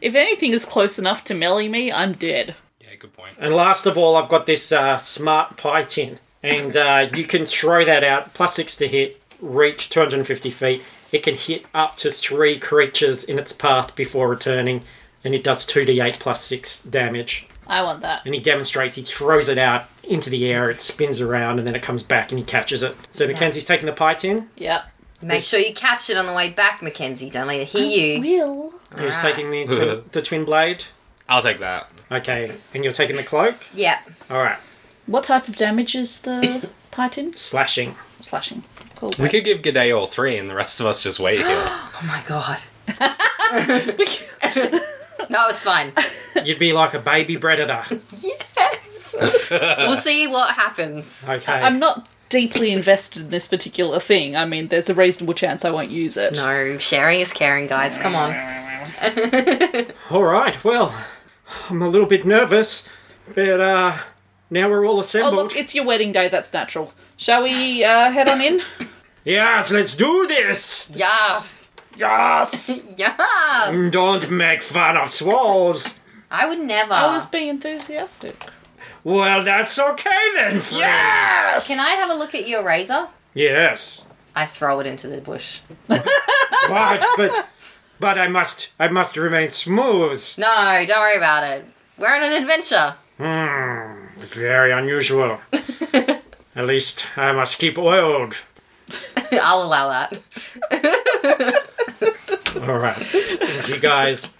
C: If anything is close enough to melee me, I'm dead.
D: Yeah, good point.
B: And last of all, I've got this uh, smart pie tin, and uh, you can throw that out. Plus six to hit, reach 250 feet. It can hit up to three creatures in its path before returning, and it does 2d8 plus six damage.
C: I want that.
B: And he demonstrates, he throws it out into the air, it spins around, and then it comes back and he catches it. So Mackenzie's taking the pie tin.
C: Yep.
E: Make sure you catch it on the way back, Mackenzie. Don't let it
C: Oh,
E: hear you.
C: Will.
B: Who's
E: Alright.
B: taking the twin, the twin blade?
D: I'll take that.
B: Okay, and you're taking the cloak.
E: Yeah.
B: All right,
C: What type of damage is the python?
B: slashing.
C: Slashing. Cool.
D: We could give G'day all three, and the rest of us just wait *gasps* here.
E: Oh my
C: *laughs*
E: god. no, it's fine.
B: You'd be like a baby predator.
E: We'll see what happens.
B: Okay.
C: I'm not deeply invested in this particular thing. I mean, there's a reasonable chance I won't use it.
E: No, sharing is caring, guys. Come on.
B: All right. Well, I'm a little bit nervous, but uh, now we're all
C: Oh,
B: assembled.
C: look, it's your wedding day. That's natural. Shall we uh, head on in?
B: yes, let's do this.
E: Yes.
C: *laughs*
B: Yes.
E: Yeah.
B: Don't make fun of swallows.
E: I would never.
C: I was being enthusiastic.
B: Well, that's okay then. Friend.
C: Yes!
E: Can I have a look at your razor?
B: Yes.
E: I throw it into the bush.
B: But but but I must I must remain smooth.
E: No, don't worry about it. We're on an adventure. *laughs*
B: Hmm, Very unusual. At least I must keep oiled.
E: I'll allow that.
B: All right. you guys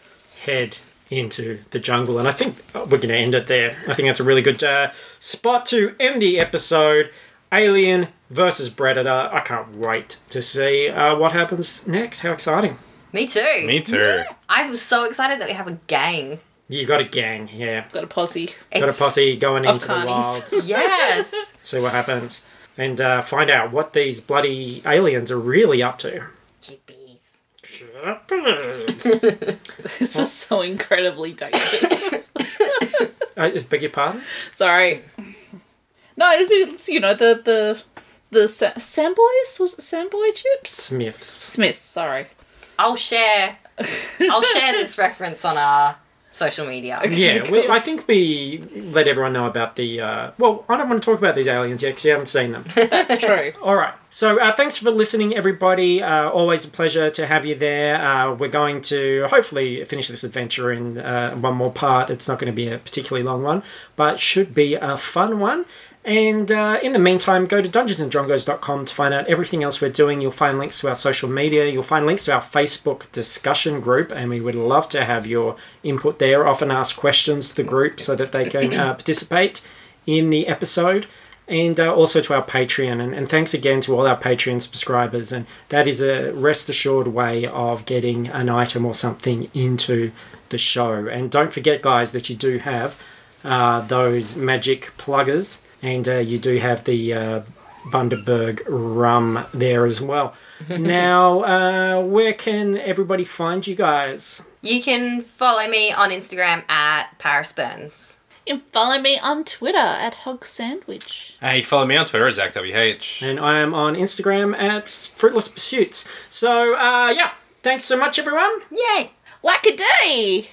B: head into the jungle, and I think we're going to end it there. I think that's a really good uh, spot to end the episode. Alien versus Predator. I can't wait to see uh, what happens next. How exciting!
E: Me too.
D: Me too.
E: I'm so excited that we have a gang.
B: You got a gang, yeah.
C: Got a posse. *laughs*
B: Got a
E: It's-
B: posse going
C: Of
B: into the
C: carnies.
B: wilds.
C: *laughs*
E: Yes.
B: see what happens, and uh, find out what these bloody aliens are really up to.
E: Chippies.
C: This is so incredibly dated.
B: I Uh, beg your pardon.
C: *laughs* Sorry. No, it's, you know, the, the, the Sa- Samboys? Was it Samboy chips?
B: Smiths.
C: Smiths, sorry.
E: I'll share. I'll share this reference on our social media.
B: Yeah, we, I think we let everyone know about the. Uh, well, I don't want to talk about these aliens yet because you haven't seen them.
C: That's true.
B: All right. So uh, thanks for listening, everybody. Uh, always a pleasure to have you there. Uh, we're going to hopefully finish this adventure in uh, one more part. It's not going to be a particularly long one, but should be a fun one. And uh, in the meantime, go to dungeonsanddrongos.com to find out everything else we're doing. You'll find links to our social media. You'll find links to our Facebook discussion group, and we would love to have your input there. Often ask questions to the group so that they can uh, participate in the episode and uh, also to our Patreon. And, and thanks again to all our Patreon subscribers. And that is a rest assured way of getting an item or something into the show. And don't forget, guys, that you do have uh, those magic pluggers and uh, you do have the. Uh, Bundaberg rum there as well. now, uh, where can everybody find you guys?
E: You can follow me on Instagram at Paris Burns.
C: You can follow me on Twitter at Hog Sandwich.
D: Hey, you can follow me on Twitter, Zach WH.
B: And I am on Instagram at Fruitless Pursuits. So, uh, yeah, thanks so much, everyone.
E: Yay!
C: Whack a day!